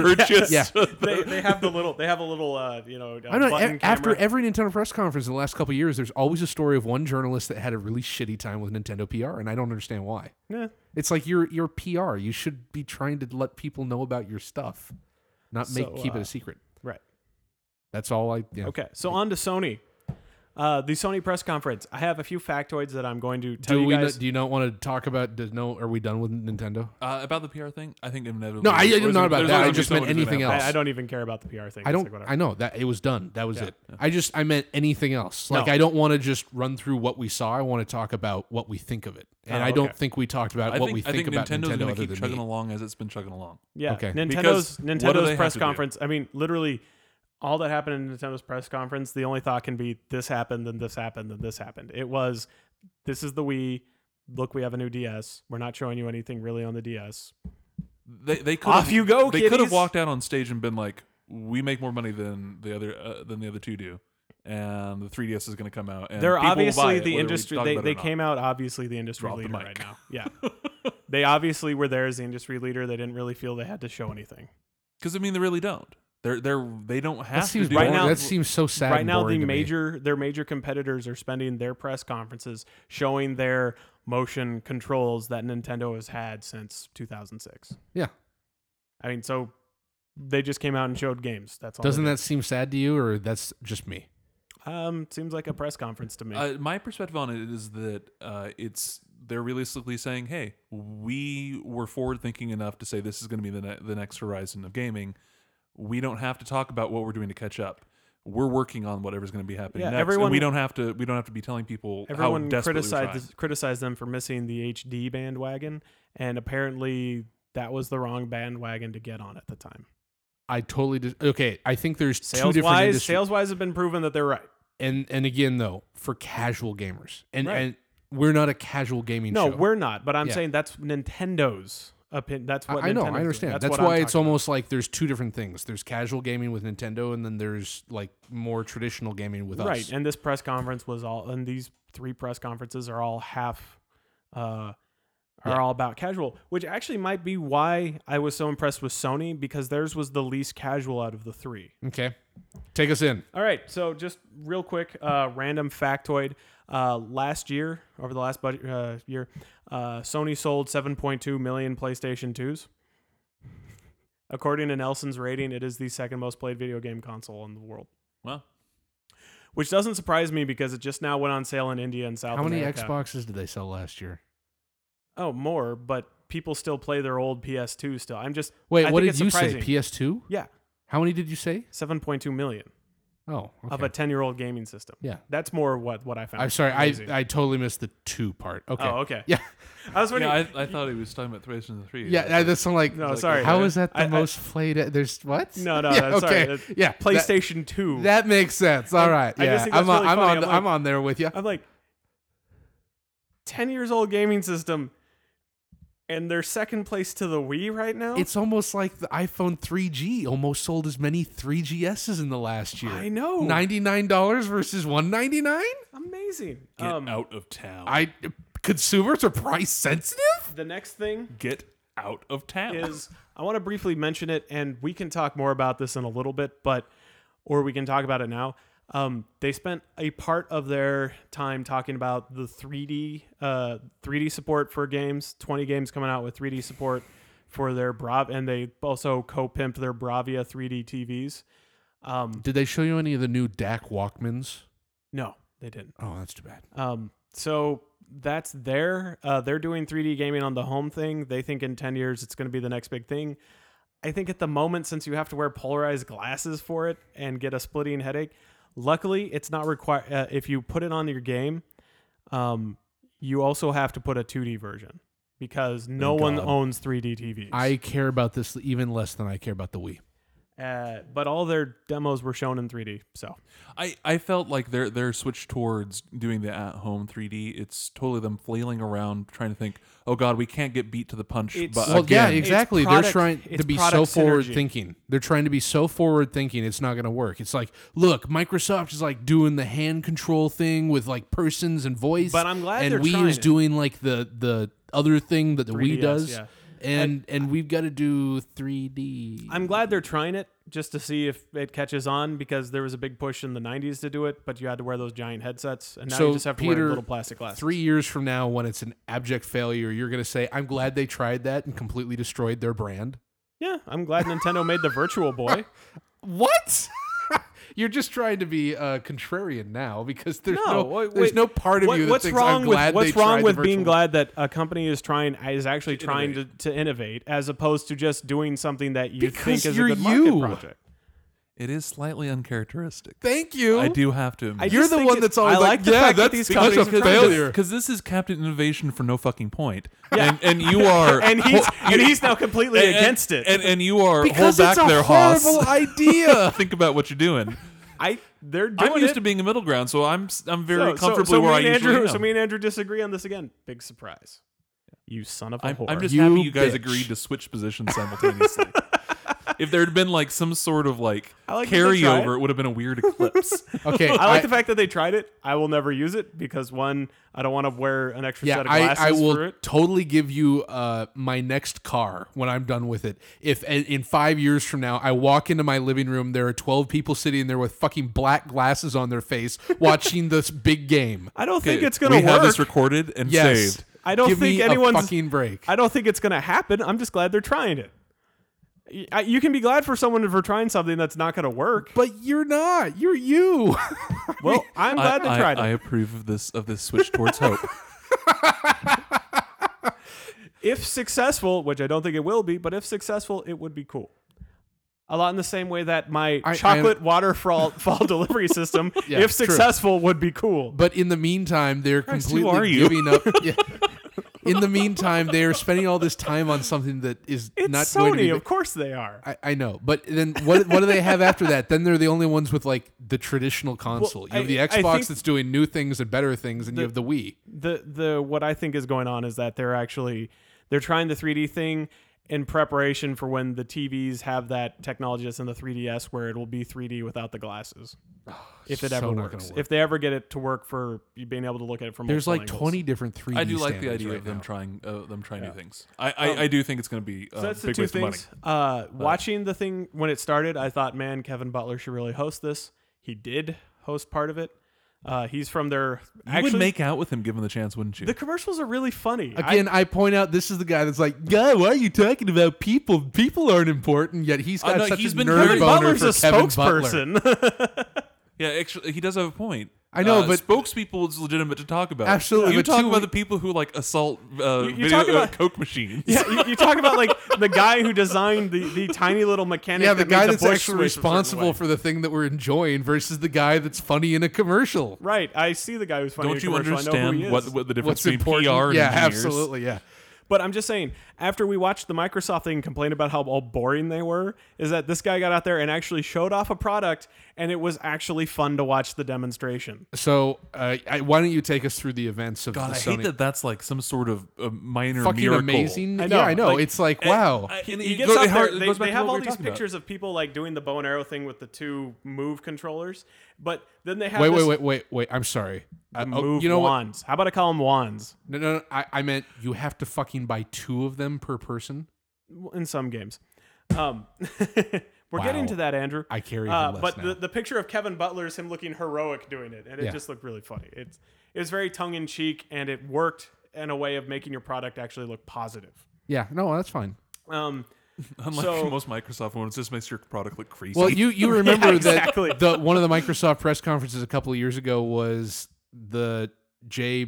[laughs]
purchased.
yeah.
[laughs] they, they have the little they have a little uh, you know
I know,
button
a- e, after
camera.
every Nintendo press conference in the last couple of years, there's always a story of one journalist that had a really shitty time with Nintendo PR, and I don't understand why.
Nah.
It's like you're you're PR. You should be trying to let people know about your stuff, not make
So,
keep it
uh,
a secret.
right
That's all I. Yeah.
okay so on to Sony uh, the Sony press conference I have a few factoids that I'm going to tell
Do
you
we?
guys
not- do you not want to talk about? Does no? Are we done with Nintendo?
Uh, about the PR thing, I think inevitably.
No, I- I-
there's-
not about
there's
that. I
always gonna be
just meant
someone who's gonna
anything
have-
else.
I, I don't even care about the PR thing
I
It's like,
don't.
whatever.
I know that it was done. That was it. I just. I meant anything else. Like
No.
I don't want to just run through what we saw. I want to talk about what we think of it, and
Oh,
I don't
okay.
think we talked about
I
what
think,
we
I think
think about
Nintendo's
Nintendo
gonna
other
keep
than
chugging
me.
along as it's been chugging along.
Yeah,
Okay.
Nintendo's
Because what do they
Nintendo's
have
press
to do?
conference. I mean, literally, all that happened in Nintendo's press conference. The only thought can be this happened, then this happened, then this happened. It was this is the Wii. Look, we have a new DS. We're not showing you anything really on the DS.
They they could
Off
have-
you go,
They could have
kiddies.
walked out on stage and been like, "We make more money than the other uh, than the other two do." And the 3DS is going to come out. And
They're
people will buy
obviously
it,
the
whether we
industry.
talk
They,
about it
they
or not.
came out obviously the industry
Drop the
leader
mic.
right now.
[laughs]
Yeah, they obviously were there as the industry leader. They didn't really feel they had to show anything.
Because I mean, they really don't. They're they're they don't have
That seems
to do
right
boring.
now-
That seems so sad.
right
and
now the
boring to me.
major their major competitors are spending their press conferences showing their motion controls that Nintendo has had since 2006.
Yeah.
I mean, so they just came out and showed games. That's all. they
Doesn't
did.
that seem sad to you, or that's just me?
um seems like a press conference to me?
Uh, my perspective on it is that uh, it's they're realistically saying, "Hey, we were forward thinking enough to say this is going to be the ne- the next horizon of gaming. We don't have to talk about what we're doing to catch up. We're working on whatever's going to be happening
Yeah,
next.
everyone-
and we don't have to we don't have to be telling people how
Everyone
desperately we're trying.
criticized criticized them for missing the HD bandwagon, and apparently that was the wrong bandwagon to get on at the time.
I totally dis- okay. I think there's two
Sales
different
wise,
industries,
sales wise have been proven that they're right.
and and again though, for casual gamers, and
Right.
and we're not a casual gaming.
No,
show.
we're not. But I'm
Yeah.
saying that's Nintendo's opinion. That's what
I I know,
Nintendo's
I
doing.
understand. That's,
what I'm
why it's
talking about.
almost like there's two different things. There's casual gaming with Nintendo, and then there's like more traditional gaming with
right.
us.
And this press conference was all, and these three press conferences are all half, uh, are
Yeah.
all about casual, which actually might be why I was so impressed with Sony because theirs was the least casual out of the three.
Okay, take us in.
All right, so just real quick, uh, random factoid. Uh, last year, over the last budget, uh, year, uh, Sony sold 7.2 million PlayStation 2s. According to Nelson's rating, it is the second most played video game console in the world,
Well,
which doesn't surprise me because it just now went on sale in India and South
How many
America.
Xboxes did they sell last year?
Oh, more, but people still play their old PS2 still. I'm just
Wait,
I
what
think
did
it's
you
surprising.
say? PS2.
yeah,
How many did you say?
7.2 million
Oh, okay.
of a 10 year old gaming system.
yeah.
That's more what what I found.
I'm sorry, I,
amazing.
I totally missed the two part. Okay.
Oh, okay.
Yeah,
I was wondering.
yeah, I, I thought he was talking about three and three.
yeah. I- That's like
No,
Like,
Oh, sorry.
How
Okay.
is that the
I- I-
most played? There's [laughs] what?
No, no,
Yeah,
that's
okay.
sorry.
Yeah, that-
PlayStation 2.
That, makes sense. All
I-
right.
I
yeah,
just think that's
I'm on.
really
I'm
funny.
on.
I'm
I'm,
like- Uh-huh.
on there with you.
I'm like 10 years old gaming system and they're second place to the Wii right now?
It's almost like the iPhone 3G almost sold as many 3GSs in the last year.
I know.
Ninety nine dollars versus one ninety nine.
amazing.
get
Um,
out of town.
I consumers are price sensitive.
the next thing
get out of town.
is I want to briefly mention it and we can talk more about this in a little bit, but or we can talk about it now. Um, they spent a part of their time talking about the 3D uh, 3D support for games. 20 games coming out with 3D support for their Brav, and they also co-pimped their Bravia 3D TVs. Um,
Did they show you any of the new DAC Walkmans?
no, they didn't.
Oh, that's too bad.
Um, so that's there. Uh, they're doing 3D gaming on the home thing. They think in 10 years it's going to be the next big thing. I think at the moment, since you have to wear polarized glasses for it and get a splitting headache, luckily it's not required. Uh, if you put it on your game, um, you also have to put a 2D version because no
Thank
one
God.
owns 3D TVs.
I care about this even less than I care about the Wii.
uh, but all their demos were shown in 3D. So
I, I felt like their their switch towards doing the at home 3D. It's totally them flailing around trying to think, oh god, we can't get beat to the punch.
It's-
but
Well,
again,
yeah,
it's
exactly.
product-
They're trying
it's
to be so
product
forward
synergy.
thinking. They're trying to be so forward thinking. It's not going to work. It's like, look, Microsoft is like doing the hand control thing with like persons and voice.
But I'm glad
and
they're
we
trying
is
it.
doing like the the other thing that the
3DS,
Wii does.
yeah.
And and we've got to do 3D.
I'm glad they're trying it just to see if it catches on because there was a big push in the 90s to do it, but you had to wear those giant headsets, and now
So,
you just have to
Peter,
wear little plastic glasses.
Three years from now, when it's an abject failure, you're going to say, "I'm glad they tried that and completely destroyed their brand."
Yeah, I'm glad Nintendo made the Virtual Boy.
What? [laughs] You're just trying to be uh, contrarian now because [laughs] there's
No,
no,
wait,
there's
wait.
no part of
What-
you that
what's
thinks
wrong
I'm
with
glad
what's
they tried
wrong
the
with being
virtual-
glad that a company is trying is actually trying to, to innovate as opposed to just doing something that you
Because
think is
you're
a good
you.
market project.
It is slightly uncharacteristic.
Thank you.
I do have to. admit.
I
You're
just
the
think
one
it-
that's always
I
like,
like, the
"Yeah,
fact that
that's
these
because
companies
of
are trying to-
failure."
Because this is Captain Innovation for no fucking point. And, and you are.
[laughs] and
[laughs]
he's
hol-
and he's now completely
and-
against it.
And, and you are.
Because
hold
it's
back
a
there,
horrible
[laughs]
Hoss.
idea.
[laughs] Think about what you're doing.
I they're doing
I'm used
it.
to being a middle ground, so I'm s- I'm very
so, so-
comfortably
so
where
me
I
and
usually
Andrew,
am.
So me and Andrew disagree on this again. Big surprise. You son of a
I'm,
whore.
I'm just
You
happy you guys
bitch.
agreed to switch
[laughs]
positions simultaneously. if there had been like some sort of like,
I like that they tried.
carryover, it would have been a weird eclipse.
[laughs]
Okay,
I like the fact that they tried it. I will never use it because one, I don't want to wear an extra
yeah,
set of
I,
glasses
I
for
will
it.
totally give you uh, my next car when I'm done with it. If in in five years from now I walk into my living room, there are 12 people sitting there with fucking black glasses on their face [laughs] watching this big game.
I don't think
Okay,
it's gonna
We have
work.
this recorded and
Yes.
saved.
I don't
give
think
me
anyone's-
a fucking break.
I don't think it's gonna happen. I'm just glad they're trying it. Y- I- You can be glad for someone for trying something that's not gonna work.
but you're not. You're you.
Well, [laughs] I'm glad
I,
they tried
I, I
it.
approve of this of this switch
[laughs]
towards hope.
If successful, which I don't think it will be, but if successful, it would be cool. A lot in the same way that my
I- I-
chocolate water
[laughs]
fall, fall delivery system,
Yeah,
if
true.
successful, would be cool.
[laughs] But in the meantime, they're
who
completely
are you?
[laughs]
giving up. Yeah. In the meantime, they are spending all this time on something that is
It's
not
Sony,
going to be.
of course they are.
[laughs] I, I know, but then what? What do they have after that? Then they're the only ones with like the traditional console. you have
I-
the
I
Xbox
think-
that's doing new things and better things, and you have the Wii.
the the what I think is going on is that they're actually they're trying the 3D thing in preparation for when the TVs have that technology that's in the 3DS where it will be 3D without the
[sighs]
glasses. if it
so
ever
not gonna
works,
work.
if they ever get it to work for you being able to look at it from
There's like
multiple angles.
20 different 3D.
I do like the
standards
idea
right
of them
now.
trying uh, them trying new things. I, I, I do think it's going to be uh,
Um, So that's the
big
two
waste of money.
things. Uh, watching the thing when it started, I thought, man, Kevin Butler should really host this. He did host part of it. Uh, he's from their.
You
Actually,
would make out with him given the chance, wouldn't you?
the commercials are really funny. I-
Again, I, point out this is the guy that's like, "God, why are you talking about people? People aren't important." Yet
Oh,
he's
I
got
know,
such
he's
a
been
nerd
Kevin
Kevin
boner
Butler's
for
a
Kevin Butler.
spokesperson. [laughs]
yeah, actually, he does have a point.
I know,
Uh,
but-
spokespeople is legitimate to talk about.
Absolutely,
you
but
talk
two-
about the people who like assault uh,
you
video,
talk about-
uh, [laughs] coke machines.
Yeah, you, you talk about like the guy who designed the, the tiny little mechanic.
Yeah, the
that made
guy that's
bush
actually
race a certain
responsible
way.
for the thing that we're enjoying versus the guy that's funny in a commercial.
Right, I see the guy who's funny. in
Don't
a
you
commercial, I know who he
understand
is.
what, what the
What's
difference between
important?
PR and
yeah,
engineers?
absolutely. Yeah.
But I'm just saying, after we watched the Microsoft thing complain about how all boring they were, is that this guy got out there and actually showed off a product, and it was actually fun to watch the demonstration.
So, uh, I, why don't you take us through the events of
God,
the
I
Sony?
hate that that's like some sort of uh, minor
fucking
miracle.
amazing.
I know,
yeah, I know.
like- eh,
it's like wow.
I-
He,
and
he
it
gets
goes-
out
it
there. They,
goes back to
they
what
have
we
all
were
these
talking about.
pictures of people like doing the bow and arrow thing with the two move controllers, but then they have
wait,
this,
wait, wait, wait, wait. I'm sorry.
Uh,
I,
the
oh,
move
you know what?
wands. How about I call them wands?
No, no, no. I, I meant you have to fucking buy two of them per person.
in some games. Um, [laughs] we're
Wow.
getting to that, Andrew.
I carry even
Uh,
less
but
now.
the, the picture of Kevin Butler is him looking heroic doing it, and it
Yeah.
just looked really funny. It's it was very tongue in cheek, and it worked in a way of making your product actually look positive.
Yeah, no, that's fine.
Um,
Unlike
So-
most Microsoft ones, this makes your product look crazy.
Well, you
[laughs]
you remember
exactly.
that the one of the Microsoft press conferences a couple of years ago was the Jay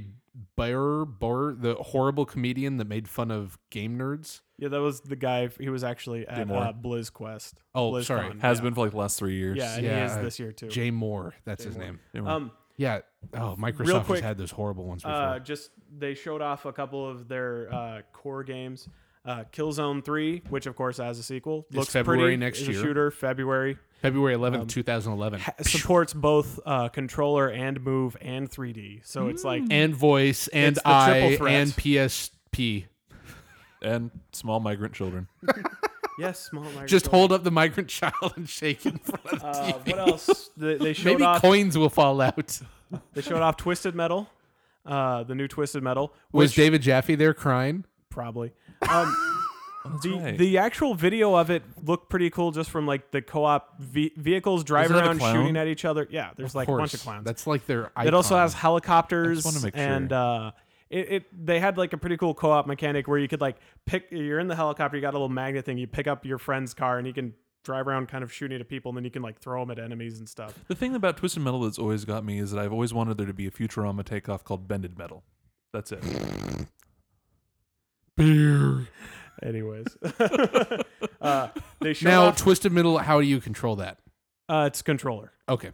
Baer, Baer, the horrible comedian that made fun of game nerds.
yeah, that was the guy. He was actually at
Moore.
uh, BlizzQuest.
Oh, sorry.
BlizzCon,
has
yeah.
been for like the last three years.
Yeah, and
Yeah,
he
uh,
is this year too.
Jay Moore, that's his name.
They were-
um,
Yeah. Oh, Microsoft
quick,
has had those horrible ones before.
Uh, just they showed off a couple of their uh, core games. Uh, Killzone Three, which of course has a sequel, looks
February
pretty,
next
is
year.
A shooter February
February 11th,
um,
2011.
supports both uh, controller and move and 3D. So it's like
and voice and
It's the
I
triple threat.
and PSP.
and small migrant children.
yes, small. micro-
Just hold up the migrant [laughs] child and shake it in front of the
Uh,
TV.
what else? They, they showed
Maybe
off. [laughs]
coins will fall out.
they showed off Twisted Metal. uh, the new Twisted Metal,
Was
which
David Jaffe there crying?
probably. Um, the
right.
the actual video of it looked pretty cool, just from like the co-op ve- vehicles driving
that a
around
clown?
shooting at each other. Yeah, there's like a bunch of
course.
clowns.
That's like their. Icon.
It also has helicopters
wanna make sure.
and uh, it, it they had like a pretty cool co-op mechanic where you could like pick you're in the helicopter, you got a little magnet thing, you pick up your friend's car and you can drive around kind of shooting at people and then you can like throw them at enemies and stuff.
The thing about Twisted Metal that's always got me is that I've always wanted there to be a Futurama takeoff called Bended Metal.
[laughs]
That's it.
beer.
[laughs]
Anyways. uh, they show
Now,
off,
twisted middle. How do you control that?
uh, it's controller.
Okay.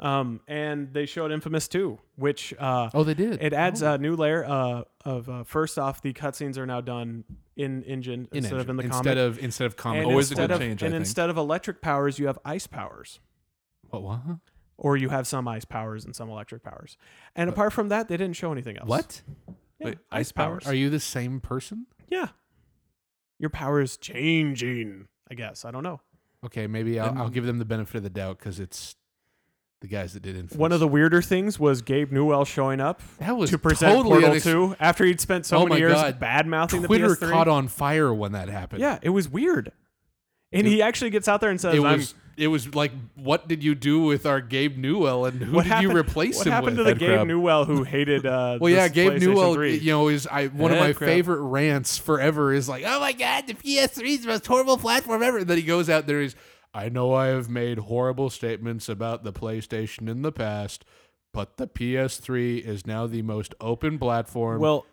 Um, and they showed Infamous 2, which uh,
Oh, they did.
It adds a new layer uh, of uh, first off, the cutscenes are now done in engine
In
instead of
engine.
in the
instead
comic.
of instead of comic.
and
always a
instead
good
of,
change, I
And
think.
instead of electric powers, you have ice powers,
What, what?
or you have some ice powers and some electric powers. And apart from that, they didn't show anything else.
What?
Yeah,
Wait,
ice,
ice
powers?
powers?
Are you the same person?
yeah, your power is changing. I guess I don't know.
Okay, maybe I'll, I'll
And-
give them the benefit of the doubt because it's the guys that did Infamous.
One of the weirder things was Gabe Newell showing up
that was
to present
totally
Portal
unex-
Two after he'd spent so
Oh my
many years
God.
bad mouthing the
Twitter
PS3.
caught on fire when that happened.
Yeah, it was weird. And
It-
he actually gets out there and says,
it
"I'm
was. It was like, what did you do with our Gabe Newell, and who
What
did
happened-
you replace
what
him
happened
with?
to the
Ed
Gabe
Crab.
Newell who hated? Uh,
[laughs] well, yeah,
this
Gabe
PlayStation
Newell,
3?
you know, is I one of
Ed
my
Crab.
favorite rants forever is like, oh my god, the PS3 is the most horrible platform ever. And then he goes out there, he's, I know I have made horrible statements about the PlayStation in the past, but the PS3 is now the most open platform.
well,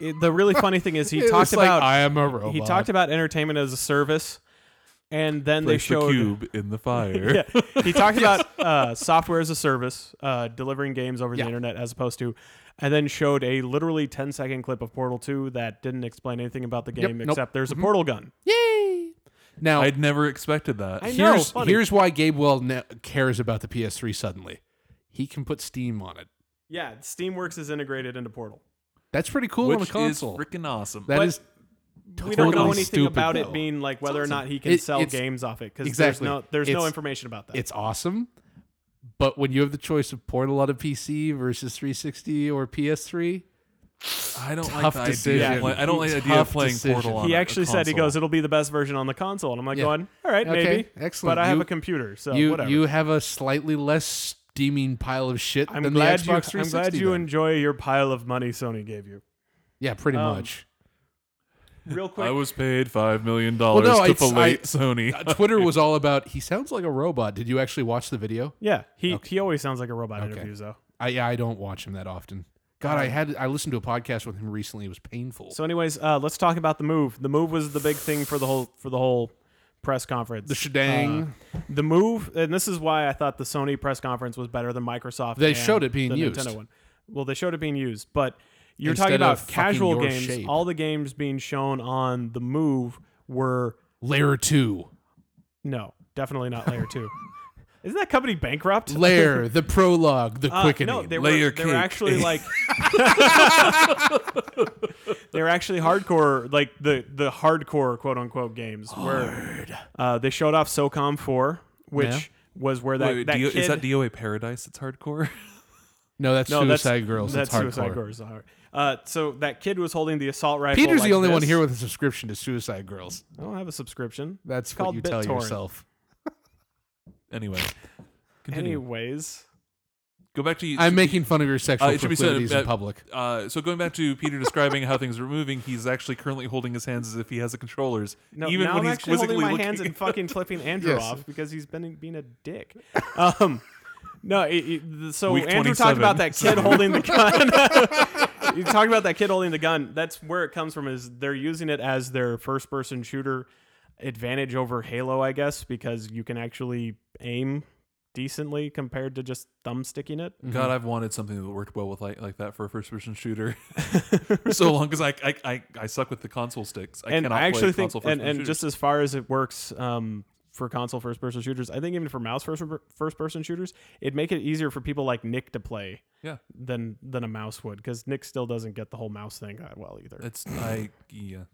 it- the really funny thing
[laughs]
is he
It's
talked
like,
about
I am a robot.
he talked about entertainment as a service, and then
Place
they showed
the cube
[laughs]
in the fire.
yeah, [laughs] he talked about uh, software as a service, uh, delivering games over the
Yeah.
internet as opposed to, and then showed a literally 10 second clip of Portal 2 that didn't explain anything about the game
nope. Mm-hmm.
except there's a portal gun.
Yay! Now
I'd never expected that.
I- know,
here's
funny.
here's why Gabe Well ne- cares about the PS3 suddenly. He can put Steam on it.
Yeah, Steamworks is integrated into Portal.
That's pretty cool on
which
a console.
is freaking awesome.
that
but
is
we don't know
totally
anything
stupid,
about
though.
it being like whether or not he can
It-
sell
it's-
games off it because
exactly.
there's no there's no
It's-
information about that.
it's awesome. But when you have the choice of Portal on a PC versus 360 or PS3,
I don't like
tough
the idea.
decision.
of play- I don't like the idea of
Tough
playing
decision.
Portal on
he
a- a
actually said he
console.
goes it'll be the best version on the console and I'm like
Yeah.
going all right
Okay,
maybe
excellent.
but I have
You-
a computer so
you
Uh, whatever.
you have a slightly less steaming pile of shit
I'm
than
glad
the
you
Xbox 360.
I'm glad you
then.
enjoy your pile of money Sony gave you.
yeah, pretty
um,
much.
Real quick,
I was paid five million dollars
Well, no,
to
it's-
fillet
I-
Sony.
Uh, Twitter was all about. He sounds like a robot. Did you actually watch the video?
yeah, he he always sounds like a robot
Okay.
interviews though.
I yeah, I don't watch him that often. God, I had I listened to a podcast with him recently. It was painful.
Uh, So anyways, uh, let's talk about the move. The move was the big thing for the whole for the whole press conference.
the shedang.
The move, and this is why I thought the Sony press conference was better than Microsoft.
They
and
showed it being
the
used.
Nintendo one. Well, they showed it being used, but you're talking
Instead of
about casual
fucking your
games.
shape.
All the games being shown on the move were
layer two.
no, definitely not Layer
[laughs]
Two. Isn't that company bankrupt? [laughs]
Layer, the prologue, the
Uh,
quickening.
no, they were,
Layer
they were
[laughs]
cake.
actually like [laughs] they were actually hardcore, like the the hardcore quote unquote games where uh, they showed off SOCOM Four, which
Yeah.
was where that,
Wait, wait,
that
DO-
kid,
is that DOA Paradise? It's hardcore. [laughs]
No, that's
No, that's-
Suicide Girls.
That's
it's hardcore.
Suicide Girls. all right. Uh, so that kid was holding the assault rifle.
Peter's
like
the only one
this.
here with a subscription to Suicide Girls.
I don't have a subscription.
That's
It's
what
called
you tell
BitTorrent.
yourself.
Anyway, continue.
Anyways,
Go back to you.
I'm making fun of your sexual
Uh, it should be said
proclivities in
that-
public.
Uh, so going back to Peter describing how things are moving, he's actually currently holding his hands as if he has the controllers,
no,
even
now
when
I'm
he's
actually holding
quizzically
my
looking.
hands [laughs]
[laughs]
and fucking flipping Andrew
Yes.
off because he's been being a dick. [laughs] Um, no, it, it- the- so
Week
Andrew talked about
27,
that kid holding the gun. [laughs] you talked about that kid holding the gun. That's where it comes from. Is they're using it as their first person shooter advantage over Halo, I guess, because you can actually aim decently compared to just thumb sticking it.
God, I've wanted something that worked well with like, like that for a
[laughs]
first-person shooter for so long because I, I I I suck with the console sticks. I
and
cannot
I
play
actually think,
console
and,
first-person
and
shooters.
just as far as it works um, for console first person shooters, I think even for mouse first first person shooters, it'd make it easier for people like Nick to play
yeah,
than than a mouse would, because Nick still doesn't get the whole mouse thing that well either.
it's I yeah,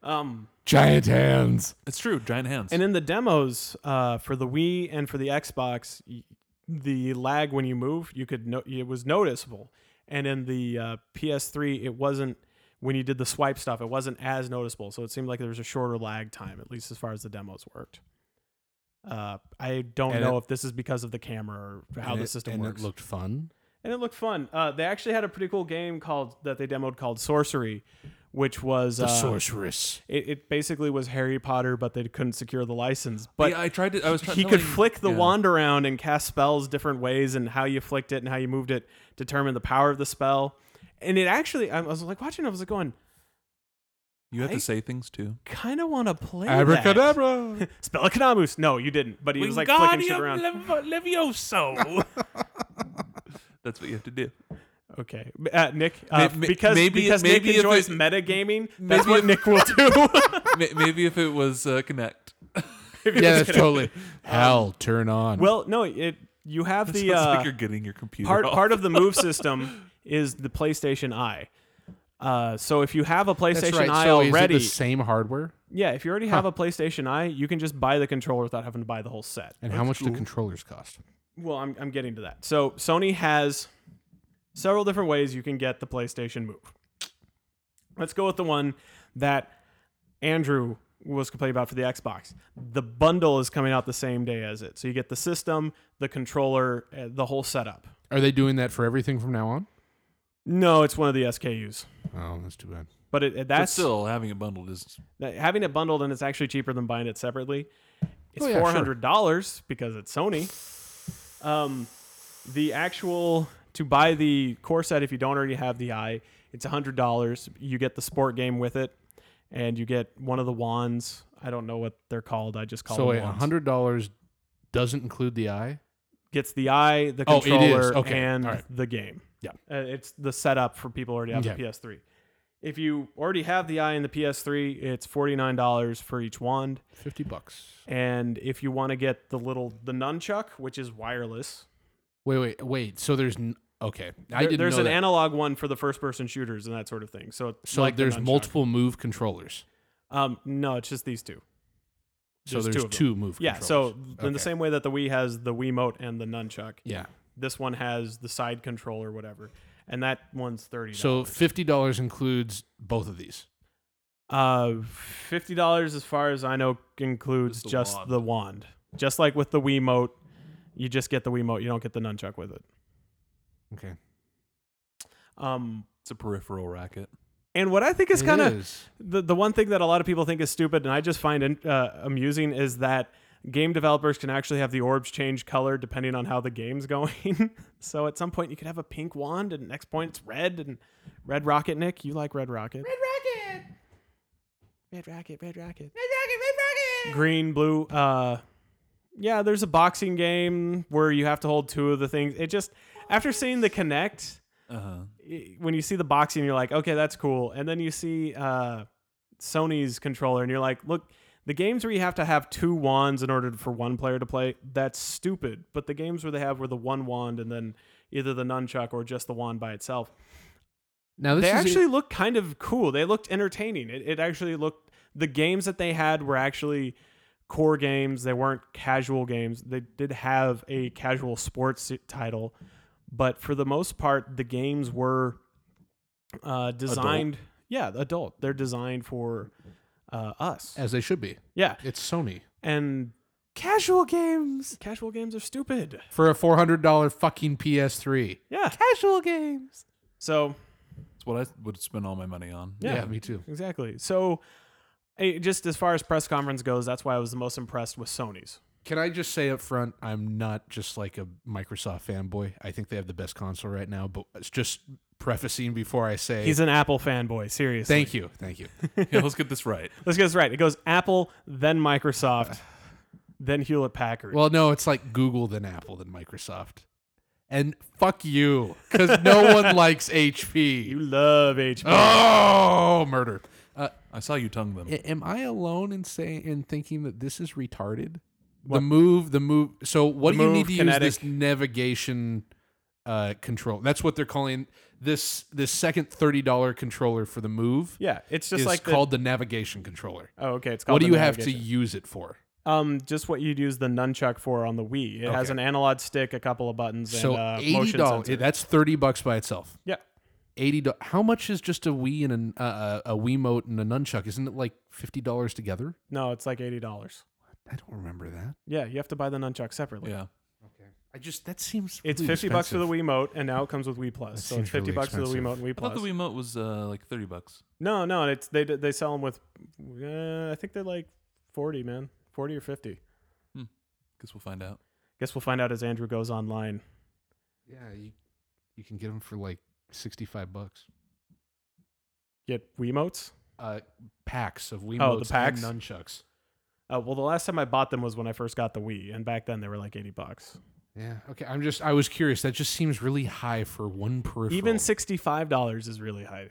Um,
Giant hands.
it's true. Giant hands.
and in the demos uh, for the Wii and for the Xbox, y- the lag when you move, you could no- it was noticeable. and in the uh, PS3, it wasn't when you did the swipe stuff, it wasn't as noticeable. So it seemed like there was a shorter lag time, at least as far as the demos worked. Uh, I don't
And
know
it-
if this is because of the camera or how
And
the
it-
system
and
works.
it looked fun.
and it looked fun. Uh, they actually had a pretty cool game called that they demoed called Sorcery, which was uh,
sorceress.
it, it basically was Harry Potter, but they couldn't secure the license. But
yeah, I tried to. I was trying.
he could
telling-
flick the
yeah.
wand around and cast spells different ways, and how you flicked it and how you moved it determined the power of the spell. And it actually, I was like watching, it, I was like going,
You have
I-
to say things too.
kind of want to play that. [laughs]
Abracadabra.
Spell a Kanamus. No, you didn't. But he was like flicking shit around.
Levioso. That's what you have to do. [laughs]
okay, uh, Nick. Uh,
May- may-
because
maybe-
because
maybe if
Nick enjoys
it-
metagaming, that's
maybe
what
if-
Nick will do.
[laughs] Ma- Maybe if it was uh, [laughs] Connect.
If he
yeah,
was
that's
gonna-
totally. Hell, turn on.
Well, no, it. You have the
Sounds
uh,
like you're getting your computer.
part
off.
part of the move
[laughs]
system is the PlayStation Eye. Uh, so if you have a
that's
PlayStation
right.
Eye
so
already,
is it the same hardware?
yeah, if you already have a PlayStation Eye, you can just buy the controller without having to buy the whole set.
And how much do controllers cost?
Well, I'm I'm getting to that. So Sony has several different ways you can get the PlayStation Move. Let's go with the one that Andrew was complaining about for the Xbox. The bundle is coming out the same day as it, so you get the system, the controller, uh, the whole setup.
Are they doing that for everything from now on?
No, it's one of the SKUs.
Oh, that's too bad.
But it, it-
But
that's
still having it bundled is
that- having it bundled and it's actually cheaper than buying it separately. It's
Oh, yeah, sure.
four hundred dollars because it's Sony. Um, the actual to buy the core set if you don't already have the eye, it's hundred dollars. You get the sport game with it, and you get one of the wands. I don't know what they're called. I just call
So
them
wait,
wands.
hundred dollars doesn't include the eye.
gets the eye, the
Oh, it is.
controller,
Okay.
and
All right.
the game.
Yeah.
Uh, it's the setup for people who already have
Okay.
the PS3. If you already have the eye and the PS3, it's forty nine dollars for each wand.
Fifty bucks.
And if you want to get the little the nunchuck, which is wireless,
Wait, wait, wait. So there's n- okay.
there-
I didn't
there's
know
an
that.
analog one for the first person shooters and that sort of thing. So it's
so
like the
there's
nunchuck.
multiple move controllers.
Um, no, it's just these two.
So there's,
two
two,
of them.
move.
Yeah. So
controllers.
in
Okay.
the same way that the Wii has the Wiimote and the nunchuck,
yeah.
this one has the side control or whatever, and that one's thirty.
So fifty dollars includes both of these.
Uh, fifty dollars, as far as I know, includes
Just the
just
wand.
the wand. Just like with the Wiimote, you just get the Wiimote. You don't get the nunchuck with it.
Okay.
Um,
it's a peripheral racket.
and what I think is
It
kind of
is.
the the one thing that a lot of people think is stupid, and I just find in- uh, amusing, is that game developers can actually have the orbs change color depending on how the game's [laughs] going. so at some point, you could have a pink wand, and next point it's red. And Red Rocket, Nick, you like Red Rocket? Red Rocket. Red Rocket. Red Rocket. green, blue. Uh, yeah, there's a boxing game where you have to hold two of the things. It just after seeing the connect,
Uh huh.
i- when you see the boxing, you're like, okay, that's cool. And then you see uh, Sony's controller, and you're like, look, the games where you have to have two wands in order for one player to play, that's stupid. But the games where they have where the one wand and then either the nunchuck or just the wand by itself,
Now this
they
is
actually looked kind of cool. They looked entertaining. It, it actually looked the games that they had were actually core games. They weren't casual games. They did have a casual sports title, but for the most part, the games were uh, designed. Yeah, adult. They're designed for uh, us.
as they should be.
yeah,
It's Sony
and casual games. Casual games are stupid.
for a four hundred dollar fucking PS3.
Yeah, casual games. So
It's what I would spend all my money on.
Yeah.
me too.
Exactly. So, eh, just as far as press conference goes, that's why I was the most impressed with Sony's.
Can I just say up front, I'm not just like a Microsoft fanboy. I think they have the best console right now. But it's just prefacing before I say
He's an Apple fanboy. Seriously.
thank you, thank you.
[laughs]
[laughs]
Yeah, let's get this right.
Let's get this right. It goes Apple, then Microsoft, then Hewlett Packard.
Well, no, it's like Google, then Apple, then Microsoft. And fuck you, because
[laughs]
no one likes
you
HP.
love HP.
uh, Oh, murder. Uh,
I saw you tongue them.
a- am I alone in saying in thinking that this is retarded?
What?
The move, the move. So what
The
do you
move,
need to
kinetic.
use this navigation uh, control? That's what they're calling this this second thirty dollar controller for the move.
yeah, it's
is
just like the-
called the, navigation controller.
oh, okay. It's called.
What do
the
you have to
navigation.
use it for?
um, just what you'd use the nunchuck for on the Wii. It has an analog stick, a couple of buttons,
So
and uh,
eighty
motion
dollars.
sensor.
That's thirty bucks by itself.
yeah,
Eighty. do- How much is just a Wii and an, uh, a a Wiimote and a nunchuck? Isn't it like fifty dollars together?
no, it's like eighty dollars.
I don't remember that.
Yeah, you have to buy the nunchuck separately.
Yeah.
I just that seems.
It's
really
fifty bucks for the
expensive.
Wiimote, and now it comes with Wii Plus.
That
so it's
seems really
fifty bucks for the Wiimote
expensive.
and Wii
I
Plus.
thought the Wiimote was uh, like 30 bucks.
no, no, it's they they sell them with. Uh, I think they're like forty, man, forty or fifty.
Guess we'll find out.
Guess we'll find out as Andrew goes online.
Yeah, you, you can get them for like sixty-five bucks.
Get Wiimotes.
Uh, packs of Wiimotes
Oh, packs?
and nunchucks.
Uh, well, the last time I bought them was when I first got the Wii, and back then they were like eighty bucks.
Yeah. Okay. I'm just. I was curious. That just seems really high for one peripheral.
Even sixty five dollars is really high,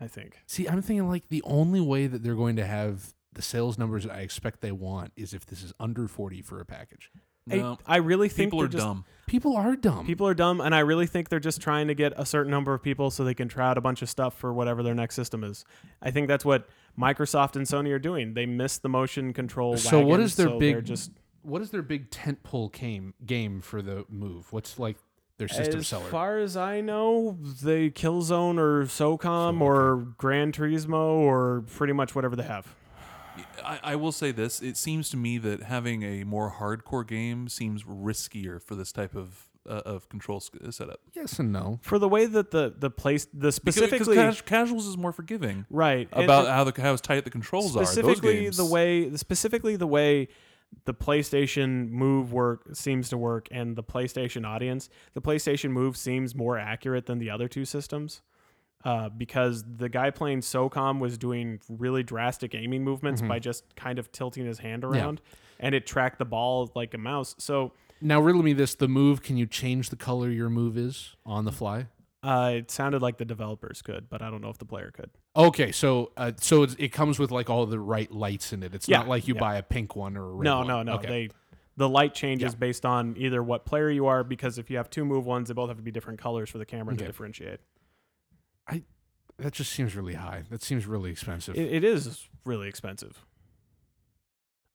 I think.
See, I'm thinking like the only way that they're going to have the sales numbers that I expect they want is if this is under 40 for a package.
I-
No,
I, really think
people
they're
are
just-
dumb.
People are dumb.
People are dumb, and I really think they're just trying to get a certain number of people so they can try out a bunch of stuff for whatever their next system is. I think that's what Microsoft and Sony are doing. They missed the motion control.
So what
wagon,
is their
so
big-
they're Just
what is their big tentpole game game for the move? What's like their system
as
seller?
far as I know, they Killzone or SOCOM or Gran Turismo or pretty much whatever they have.
I, I will say this: it seems to me that having a more hardcore game seems riskier for this type of uh, of control s- setup.
yes and no.
For the way that the the place the
Because-
specifically
because cas- casuals is more forgiving
right and-
about how the how tight the controls are. Those
specifically
games,
the way specifically the way the PlayStation Move work seems to work and the PlayStation audience. The PlayStation Move seems more accurate than the other two systems. Uh, because the guy playing SOCOM was doing really drastic aiming movements
Mm-hmm.
by just kind of tilting his hand around, and it tracked the ball like a mouse. So
Now riddle me this: the move. Can you change the color your move is on the fly?
uh, it sounded like the developers could, but I don't know if the player could.
Okay, so uh, so it's, it comes with like all the right lights in it. It's not
Yeah,
like you
yeah.
buy a pink one or a red
No,
one.
no, no. They
Okay.
the light changes based on either what player you are, because if you have two move ones, they both have to be different colors for the camera to
Okay.
differentiate.
that just seems really high. That seems really expensive.
It, it is really expensive.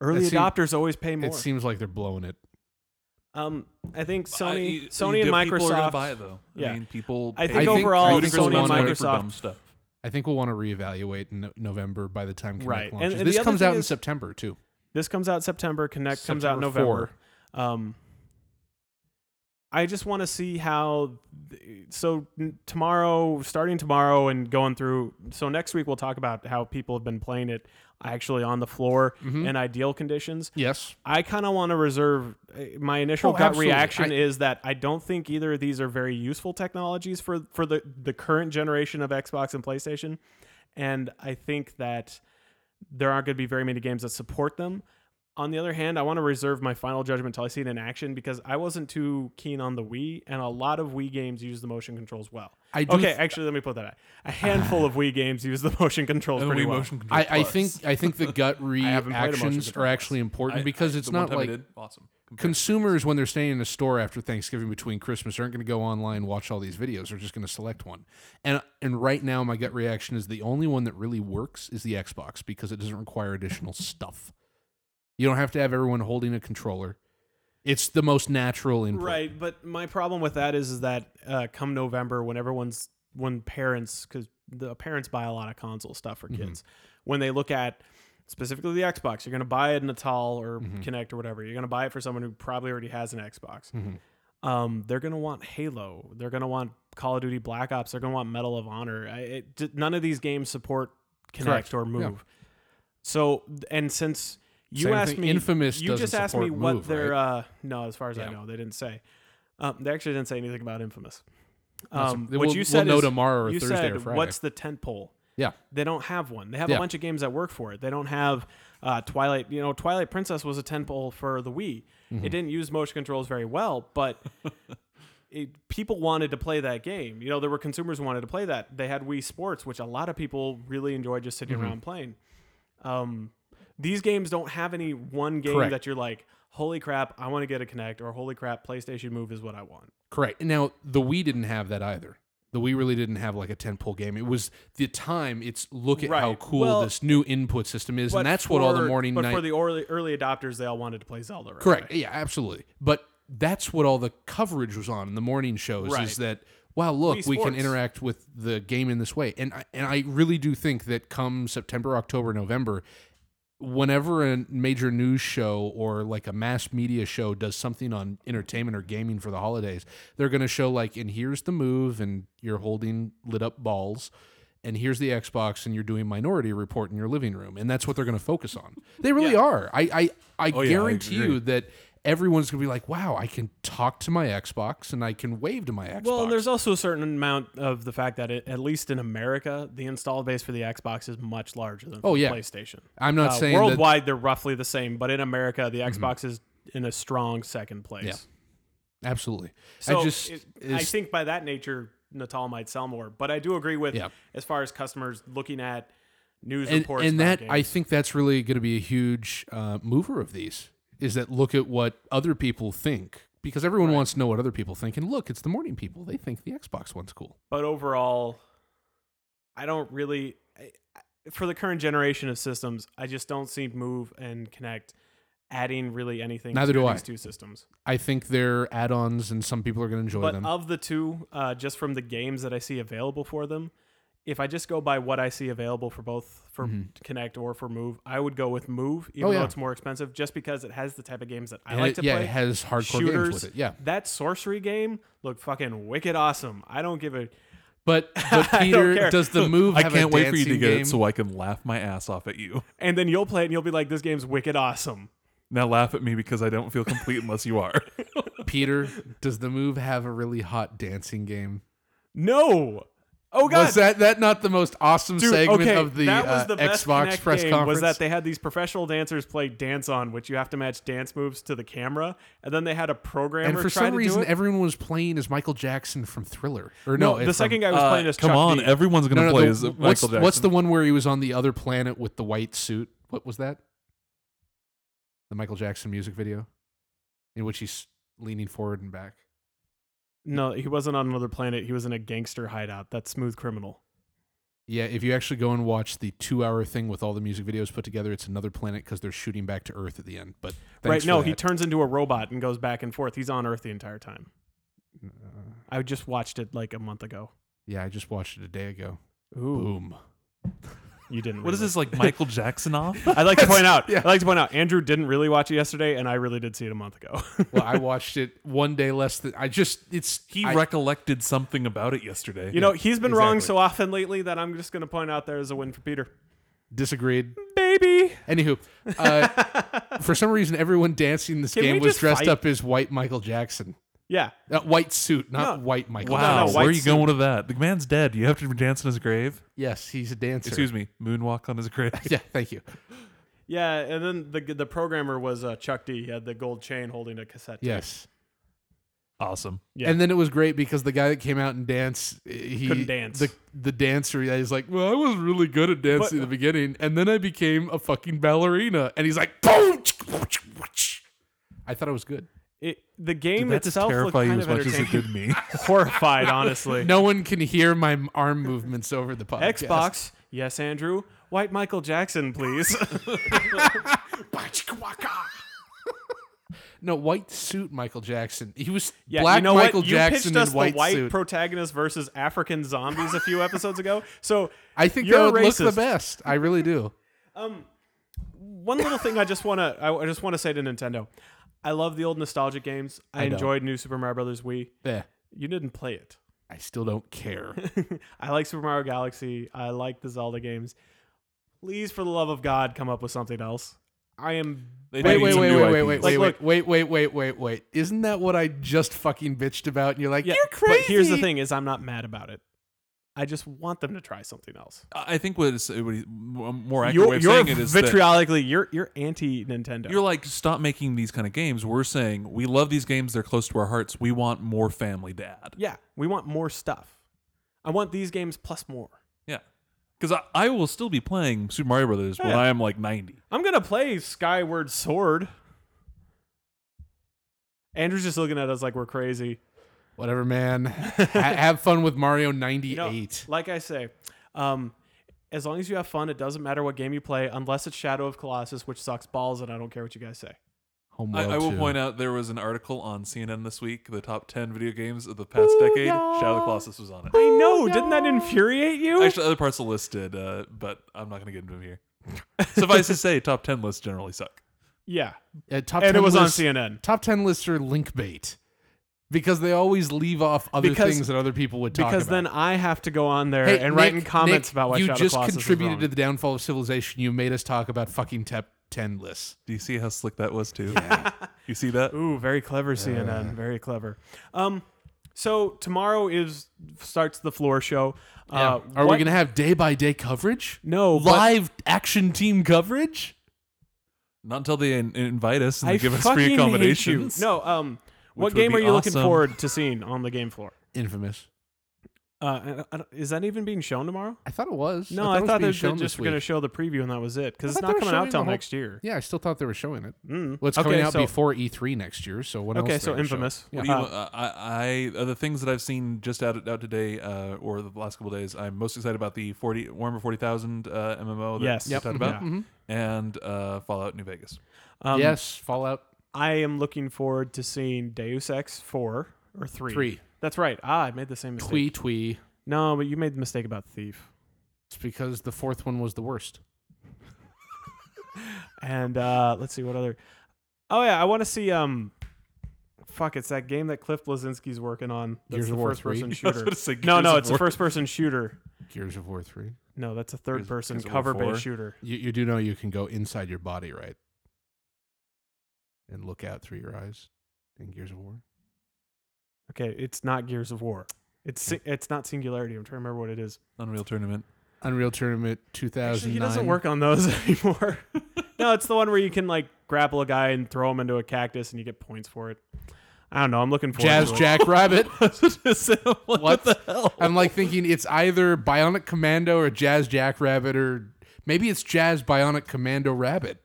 Early
It seem-
adopters always pay more.
it seems like they're blowing it.
um, I think
I-
Sony,
you-
Sony
the
and
People are gonna
Microsoft.
buy it though. I
yeah.
mean, people.
I
pay-
think
I think-
overall,
I would agree
Sony
with
and
Microsoft.
pay for dumb
Microsoft.
stuff.
I think we'll want to reevaluate in No- November by the time Connect
Right. And-
launches.
and the
this
other
comes
thing
out in
is-
September too.
This comes out September. Connect comes out
September
November. Um, I just want to see how. th- So n- tomorrow, starting tomorrow, and going through. So next week we'll talk about how people have been playing it actually on the floor in ideal conditions.
Yes.
I kind of want to reserve uh, my initial
Oh,
gut
absolutely.
reaction
I-
is that I don't think either of these are very useful technologies for for the the current generation of Xbox and PlayStation, and I think that there aren't going to be very many games that support them. On the other hand, I want to reserve my final judgment until I see it in action because I wasn't too keen on the Wii, and a lot of Wii games use the motion controls well.
I do
okay,
th-
actually, let me put that back. A handful of Wii games use the motion controls
And
pretty
Wii
well.
motion control
I, I
plus.
think I think the
[laughs]
gut
haven't played a motion
reactions
control
are actually important
I-
because
I-
it's
the one
not
time I
like
did, awesome. Compared to-
consumers when they're staying in a store after Thanksgiving between Christmas aren't going to go online and watch all these videos. They're just going to select one. And and right now my gut reaction is the only one that really works is the Xbox because it doesn't
[laughs]
require additional stuff. You don't have to have everyone holding a controller. It's the most natural input.
Right, but my problem with that is, is that uh, come November, when everyone's when parents, because the parents buy a lot of console stuff for kids, when they look at specifically the Xbox, you're going to buy it in Natal or Connect or whatever. You're going to buy it for someone who probably already has an Xbox. Um, they're going to want Halo. They're going to want Call of Duty Black Ops. They're going to want Medal of Honor. I, it, d- none of these games support Connect
Correct.
or
Yeah.
Move. So, and since you
Same
asked
thing.
me,
Infamous
you just
doesn't
asked me
support
what
Move,
their
right?
uh, no, as far as I
Yeah.
know, they didn't say. Um, they actually didn't say anything about Infamous.
That's-
Um,
we'll-
what you
we'll
said
know
is-
tomorrow or
you
Thursday
said,
or Friday.
What's the tent pole?
Yeah.
They don't have one. They have a
Yeah.
bunch of games that work for it. They don't have uh, Twilight. You know, Twilight Princess was a tent pole for the Wii.
Mm-hmm.
It didn't use motion controls very well,
[laughs]
but it, people wanted to play that game. You know, there were consumers who wanted to play that. They had Wii Sports, which a lot of people really enjoyed just sitting
Mm-hmm.
around playing. Um, these games don't have any one game
Correct.
that you're like, holy crap, I want to get a Connect, or holy crap, PlayStation Move is what I want.
Correct. Now the Wii didn't have that either. the Wii really didn't have like a tentpole game. It was the time. It's look at how
Right.
cool
Well,
this new input system is,
But
and that's what all the
for-
morning
But
night.
for the early, early adopters, they all wanted to play Zelda. Right
Correct. Yeah, absolutely. But that's what all the coverage was on in the morning shows
Right.
is that wow, look,
Wii
we can
Sports.
interact with the game in this way. And I, and I really do think that come September, October, November, whenever a major news show or like a mass media show does something on entertainment or gaming for the holidays, they're going to show like and here's the move and you're holding lit up balls. And here's the Xbox, and you're doing Minority Report in your living room, and that's what they're going to focus on. They really are. I I, I
Oh, yeah, I
guarantee
agree.
you that everyone's gonna be like, "Wow, I can talk to my Xbox and I can wave to my Xbox."
Well, and there's also a certain amount of the fact that, it, at least in America, the install base for the Xbox is much larger than for
Oh,
the
yeah.
PlayStation.
I'm not
Uh,
saying that- Mm-hmm.
worldwide they're roughly the same, but in America, the Xbox is in a strong second place.
Yeah. absolutely.
So
I just
it- I
it's-
think by that nature, Natal might sell more. But I do agree with
Yeah.
as far as customers looking at news
and,
reports
and
about
that I
games.
think that's really going to be a huge uh, mover of these. Is that look at what other people think because everyone wants to know what other people think. And look, it's the morning people; they think the Xbox one's cool.
but overall, I don't really I, I- for the current generation of systems. I just don't see Move and Connect adding really anything.
Neither
to
do
these
I.
two systems.
I think they're add-ons, and some people are going to enjoy
But
them.
of the two, uh, just from the games that I see available for them, if I just go by what I see available for both for Connect or for Move, I would go with Move, even
Mm-hmm. Oh,
though
yeah.
it's more expensive, just because it has the type of games that I
And
like
it-
to
yeah,
play.
it has hardcore
Shooters.
games with it. Yeah,
That sorcery game looked fucking wicked awesome. I don't give a
but but
[laughs] I don't
Peter,
care.
does the move?
I
have
can't
a
wait for you to
dancing
get
game?
it so I can laugh my ass off at you.
and then you'll play it and you'll be like, This game's wicked awesome.
Now laugh at me because I don't feel complete unless you are.
Peter, does the move have a really hot dancing game?
No. Oh god.
Was that that not the most awesome
Dude,
segment
okay,
of the,
that was
uh,
the best
Xbox
Kinect
press
game
conference?
Was that they had these professional dancers play dance on, which you have to match dance moves to the camera, and then they had a programmer
and for
try
some
to
reason,
do it.
everyone was playing as Michael Jackson from Thriller. Or no,
no, the
from-
second guy was
Uh,
playing as
come
Chuck
on,
D.
everyone's gonna
No, no,
play
the-
as Michael
what's,
Jackson.
what's the one where he was on the other planet with the white suit? What was that? The Michael Jackson music video, in which he's leaning forward and back.
no, he wasn't on another planet. He was in a gangster hideout. That's Smooth Criminal.
Yeah, if you actually go and watch the two-hour thing with all the music videos put together, it's another planet because they're shooting back to Earth at the end. But
right?
thanks
No,
for
he
that.
turns into a robot and goes back and forth. He's on Earth the entire time. I just watched it like a month ago.
yeah, I just watched it a day ago.
Ooh,
Boom.
you didn't.
What is
really. [laughs]
this like Michael Jackson off?
I'd like to point
[laughs]
out. I'd like to point out. Andrew didn't really watch it yesterday, and I really did see it a month ago. [laughs]
well, I watched it one day less than I just. It's
He
I,
recollected something about it yesterday.
you know, he's been wrong
exactly.
so often lately that I'm just going to point out there is a win for Peter.
disagreed.
Baby,
Anywho,
[laughs]
uh, for some reason, everyone dancing in this
Can we
game was
just
dressed
fight?
up as white Michael Jackson.
yeah.
Uh, white suit, not
No.
white Michael.
wow,
no,
Jackson.
white
where are you
suit.
going with that? The man's dead. You have to dance in his grave.
Yes, he's a dancer.
Excuse me, moonwalk on his
[laughs]
grave.
[laughs] Yeah, thank you.
Yeah, and then the the programmer was uh, Chuck D. He had the gold chain holding a cassette. tape.
Yes.
awesome.
Yeah.
And then it was great because the guy that came out and danced, uh, he
Couldn't dance.
The, the dancer, he's like, well, I was really good at dancing in the beginning, and then I became a fucking ballerina. And he's like, boom. I thought I was good.
It, the game
Did that just
itself looked
terrify you
kind
as
of
much as it
entertaining.
did
[laughs]
me?
Horrified, honestly.
[laughs] No one can hear my m- arm movements over the podcast.
Xbox. Yes, Andrew. White Michael Jackson, please. [laughs]
[laughs] No, white suit Michael Jackson. He was
Yeah,
black
you know
Michael
what? you
Jackson
pitched us
in white,
the white
suit.
protagonist versus African zombies a few episodes ago. So
I think
you're
that would
a
look
racist.
the best. I really do.
One little thing I just want to I I just want to say to Nintendo. I love the old nostalgic games. I,
know.
enjoyed New Super Mario Brothers Wii.
Yeah.
You didn't play it. [laughs]
I still don't care.
I like Super Mario Galaxy. I like the Zelda games. Please, for the love of God, come up with something else. I am.
They
Wait,
need
wait,
some
wait,
new
wait, wait,
IPs.
wait,
Like,
wait,
look-
wait, wait, wait, wait, wait, wait. Isn't that what I just fucking bitched about? And you're like,
Yeah,
you're crazy.
But here's the thing: is I'm not mad about it. I just want them to try something else.
I think what is what is- a more accurate
You're,
way of
you're
saying it is that
vitriolically, you're you're anti Nintendo.
you're like, stop making these kind of games. We're saying we love these games. They're close to our hearts. We want more family dad.
Yeah, we want more stuff. I want these games plus more.
Yeah. Because I, I will still be playing Super Mario Brothers when
Yeah.
I am like 90.
I'm gonna play Skyward Sword. Andrew's just looking at us like we're crazy.
Whatever, man. [laughs] ha- have fun with Mario ninety
No,
eight.
like I say, um, as long as you have fun, it doesn't matter what game you play, unless it's Shadow of Colossus, which sucks balls, and I don't care what you guys say.
I, I will point out there was an article on CNN this week, the top 10 video games of the past
Oh,
decade. Shadow of the Colossus was on it.
I know. Didn't that infuriate you?
Actually, other parts of the list did, uh, but I'm not going to get into them
[laughs]
here. Suffice to say, top 10 lists generally suck.
yeah,
Uh, top
and it
10
was
lists-
on CNN
Top ten lists are link bait because they always leave off other
Because-
things that other people would talk
because
about.
then I have to go on there
Hey,
and write in
Nick-
comments
Nick,
about why
you
Shadow
just
Colossus is
contributed
wrong.
to the downfall of civilization. You made us talk about fucking top ten lists.
Do you see how slick that was, too? you see that?
Ooh, very clever CNN. Very clever. Um, so tomorrow is starts the floor show. Uh,
Are
what-
we gonna have day by day coverage?
no but
Live action team coverage?
Not until they in- invite us and
I
they give us
fucking hate
free
you.
accommodations.
No. Um, what
would
game
be
are you looking
awesome.
forward to seeing on the game floor?
Infamous.
Uh, I- I don't- is that even being shown tomorrow?
I thought it was.
No, I
it was
thought,
being
they
shown
were
this
just going to
week.
show the preview and that was it because
I
it's not
thought they were
coming out
showing the
till
whole-
next year.
Yeah, I still thought they were showing it.
Mm.
Well, it's
Okay,
coming out
so-
before E3 next year. So when
Okay,
else?
so
are they gonna show it?
Infamous.
Yeah.
What do you,
Uh,
uh, I, I, uh, the things that I've seen just out, out today, uh, or the last couple days, I'm most excited about the 40 Warhammer 40,000 uh, MMO that
Yes.
we
Yep.
talked about,
Mm-hmm.
and uh, Fallout New Vegas. [laughs]
Um,
yes, Fallout
I am looking forward to seeing Deus Ex four or three.
Three.
That's right. Ah, I made the same mistake.
Twee Twee.
No, but you made the mistake about Thief.
It's because the fourth one was the worst.
And uh, let's see what other. Oh yeah, I want to see. Um, fuck, it's that game that Cliff Blazinski's working on. That's
Gears
the
of War
first person
3?
[laughs] I was
shooter.
gonna say
no,
Gears
no,
of
it's a
War.
first person shooter.
Gears of War three.
No, that's a third
Gears-
person
Gears of War
cover
4?
based shooter.
You you do know you can go inside your body, right? And look out through your eyes in Gears of War.
Okay, it's not Gears of War. It's si- it's not Singularity. I'm trying to remember what it is.
Unreal Tournament.
Unreal Tournament 2009.
Actually, he doesn't work on
[laughs]
those anymore. [laughs] no, it's the one where you can like grapple a guy and throw him into a cactus, and you get points for it. I don't know. I'm looking forward
Jazz
to it.
Jack Rabbit.
[laughs] what,
What?
the hell?
I'm like thinking it's either Bionic Commando or Jazz Jack Rabbit or maybe it's Jazz Bionic Commando Rabbit.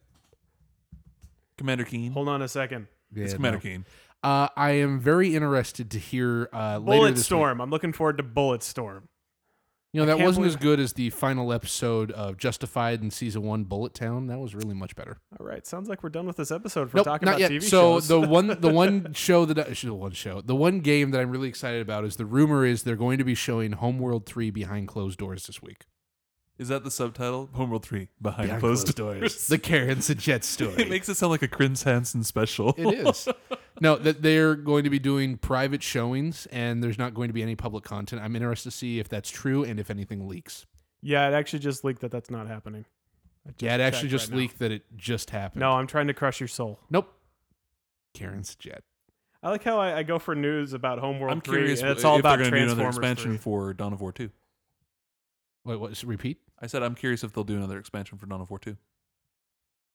Commander Keen.
Hold on a second.
it's Commander Keen.
Uh, I am very interested to hear uh, later
Bullet
this
Storm. I'm looking forward to Bullet Storm.
Week. You know that
can't
wasn't as
believe-
good as the final episode of Justified in season one, Bullet Town. That was really much better.
All right, sounds like we're done with this episode. If
Nope,
we're talking
not
about
yet.
TV
so
shows.
the one, the one show that I, the one show, the one game that I'm really excited about is the rumor is they're going to be showing Homeworld three behind closed doors this week.
Is that the subtitle? Homeworld 3. Behind, closed, doors.
the Karens and Jet story.
[laughs] it makes it sound like a Chris Hansen special.
It
[laughs]
is. no, that they're going to be doing private showings and there's not going to be any public content. I'm interested to see if that's true and if anything leaks.
[laughs] yeah, it actually just leaked that that's not happening. I just
yeah, it
checked
actually just
right now.
leaked that it just happened.
No, I'm trying to crush your soul.
Nope. Karen's Jet.
I like how I, I go for news about Homeworld
I'm
3,
curious.
and it's
if
all
they're
about
gonna do another
Transformers
expansion
3.
for Dawn of War 2.
Wait, what? so Repeat?
I said I'm curious if they'll do another expansion for Dawn of War 2.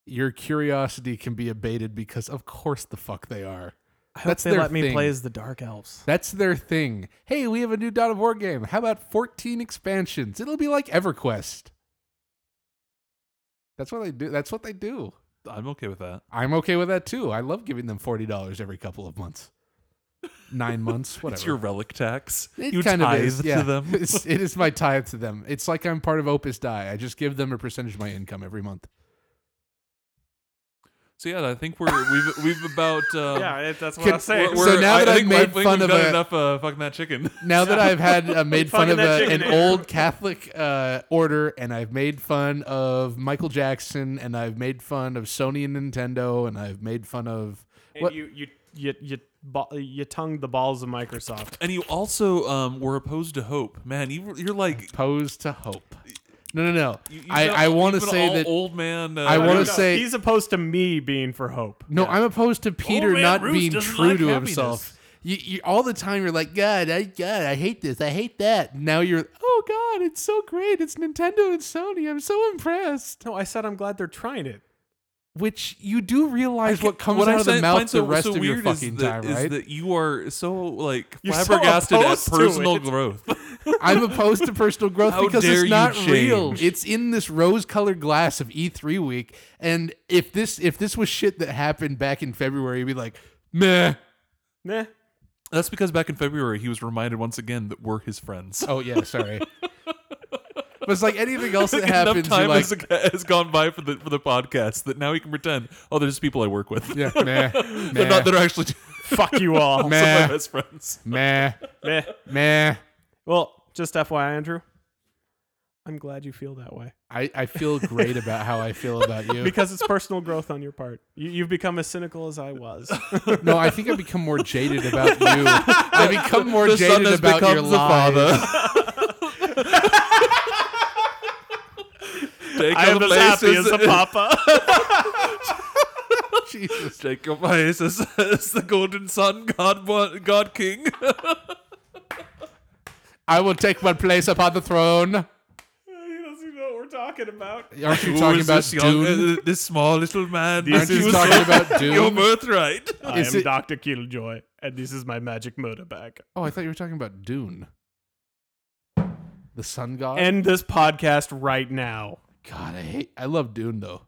Your curiosity can be abated because, of course, the fuck they are.
I hope
That's
they
their
let me
thing.
play as the Dark Elves.
That's their thing. Hey, we have a new Dawn of War game. How about 14 expansions? It'll be like EverQuest. That's what they do. That's what they do.
I'm okay with that.
I'm okay with that too. I love giving them forty dollars every couple of months, nine months, whatever.
[laughs] It's your relic tax.
It
you
kind
tithe
of is, yeah.
to them.
[laughs] It's, it is my tithe to them. It's like I'm part of Opus Die. I just give them a percentage of my income every month.
So yeah, I think we're we've we've [laughs] about um,
yeah, it, that's what
Can-
I was saying.
we're- So now that
I, I
I've
think,
made
I think
fun
we've
of
done
a-
enough uh, fucking that chicken. [laughs]
Now that I've had uh, made fun
Fucking
of
that
a,
chicken
an
dinner.
old Catholic uh, order, and I've made fun of Michael Jackson, and I've made fun of Sony and Nintendo, and I've made fun of
And
what
you you you you ba- you tongued the balls of Microsoft.
And you also um, were opposed to hope, man. You, you're like
pose to hope. No, no, no.
you, you've
I,
been-
I want to
you've been
say
all
that
old man. Uh,
I
No,
wanna
no,
say-
he's opposed to me being for hope.
No, I'm opposed to Peter
man
not
Roos
being
doesn't
true
like
to
happiness.
himself. You, you, all the time you're like, God, I, God, I hate this, I hate that. Now you're, oh God, it's so great. It's Nintendo and Sony. I'm so impressed.
No, I said I'm glad they're trying it.
Which you do realize what comes
what I
out of the
find-
mouth the
find so,
rest
so
of your
weird is
fucking
that-
time,
is
right?
that you are so [laughs] like
You're so
flabbergasted at
opposed to
personal
it.
[laughs]
growth. [laughs]
I'm opposed to personal growth
How
because
dare
it's
you
not real.
change.
It's in this rose-colored glass of E3 week, and if this if this was shit that happened back in February, you'd be like, meh.
Nah.
That's because back in February he was reminded once again that we're his friends.
Oh yeah, sorry. but it's like anything else that
Enough
happens, you're
time
like,
has, [laughs] has gone by for the for the podcast that now he can pretend. Oh, there's people I work with.
yeah, meh,
[laughs] they're
meh,
not. They're actually
Fuck you [laughs] all.
some of my
meh,
best friends.
meh,
Meh.
meh.
Well, just FYI, Andrew. I'm glad you feel that way
I, I feel great about how I feel about you.
because [laughs] it's personal growth on your part. You, you've become as cynical as I [laughs] was.
No, I think I've become more jaded about you.
[laughs]
I've become more
The son
jaded
has
about
become
your
the
lies.
father. Jacob Isis-
papa.
[laughs]
Jesus.
Jacob Isis is the golden son, God, one- God King.
I will take my place upon the throne.
he doesn't know what we're talking about.
Aren't you
Who
talking
is
about
this young-
Dune?
uh, this small little man.
Aren't
This
you
is [laughs]
talking about
your
Dune?
birthright.
I
Is
am
it-
Dr. Killjoy, and this is my magic murder bag.
Oh, I thought you were talking about Dune. The sun god?
End this podcast right [laughs] now.
god, I hate I love Dune though.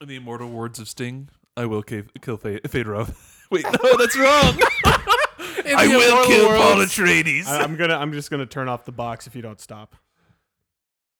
In the immortal words of Sting, I will cave, kill Fe- Fedorov. [laughs] Wait, no, that's [laughs] wrong. I
the
will
immortal
kill Paul
words.
Atreides.
I, I'm gonna. I'm just gonna turn off the box if you don't stop.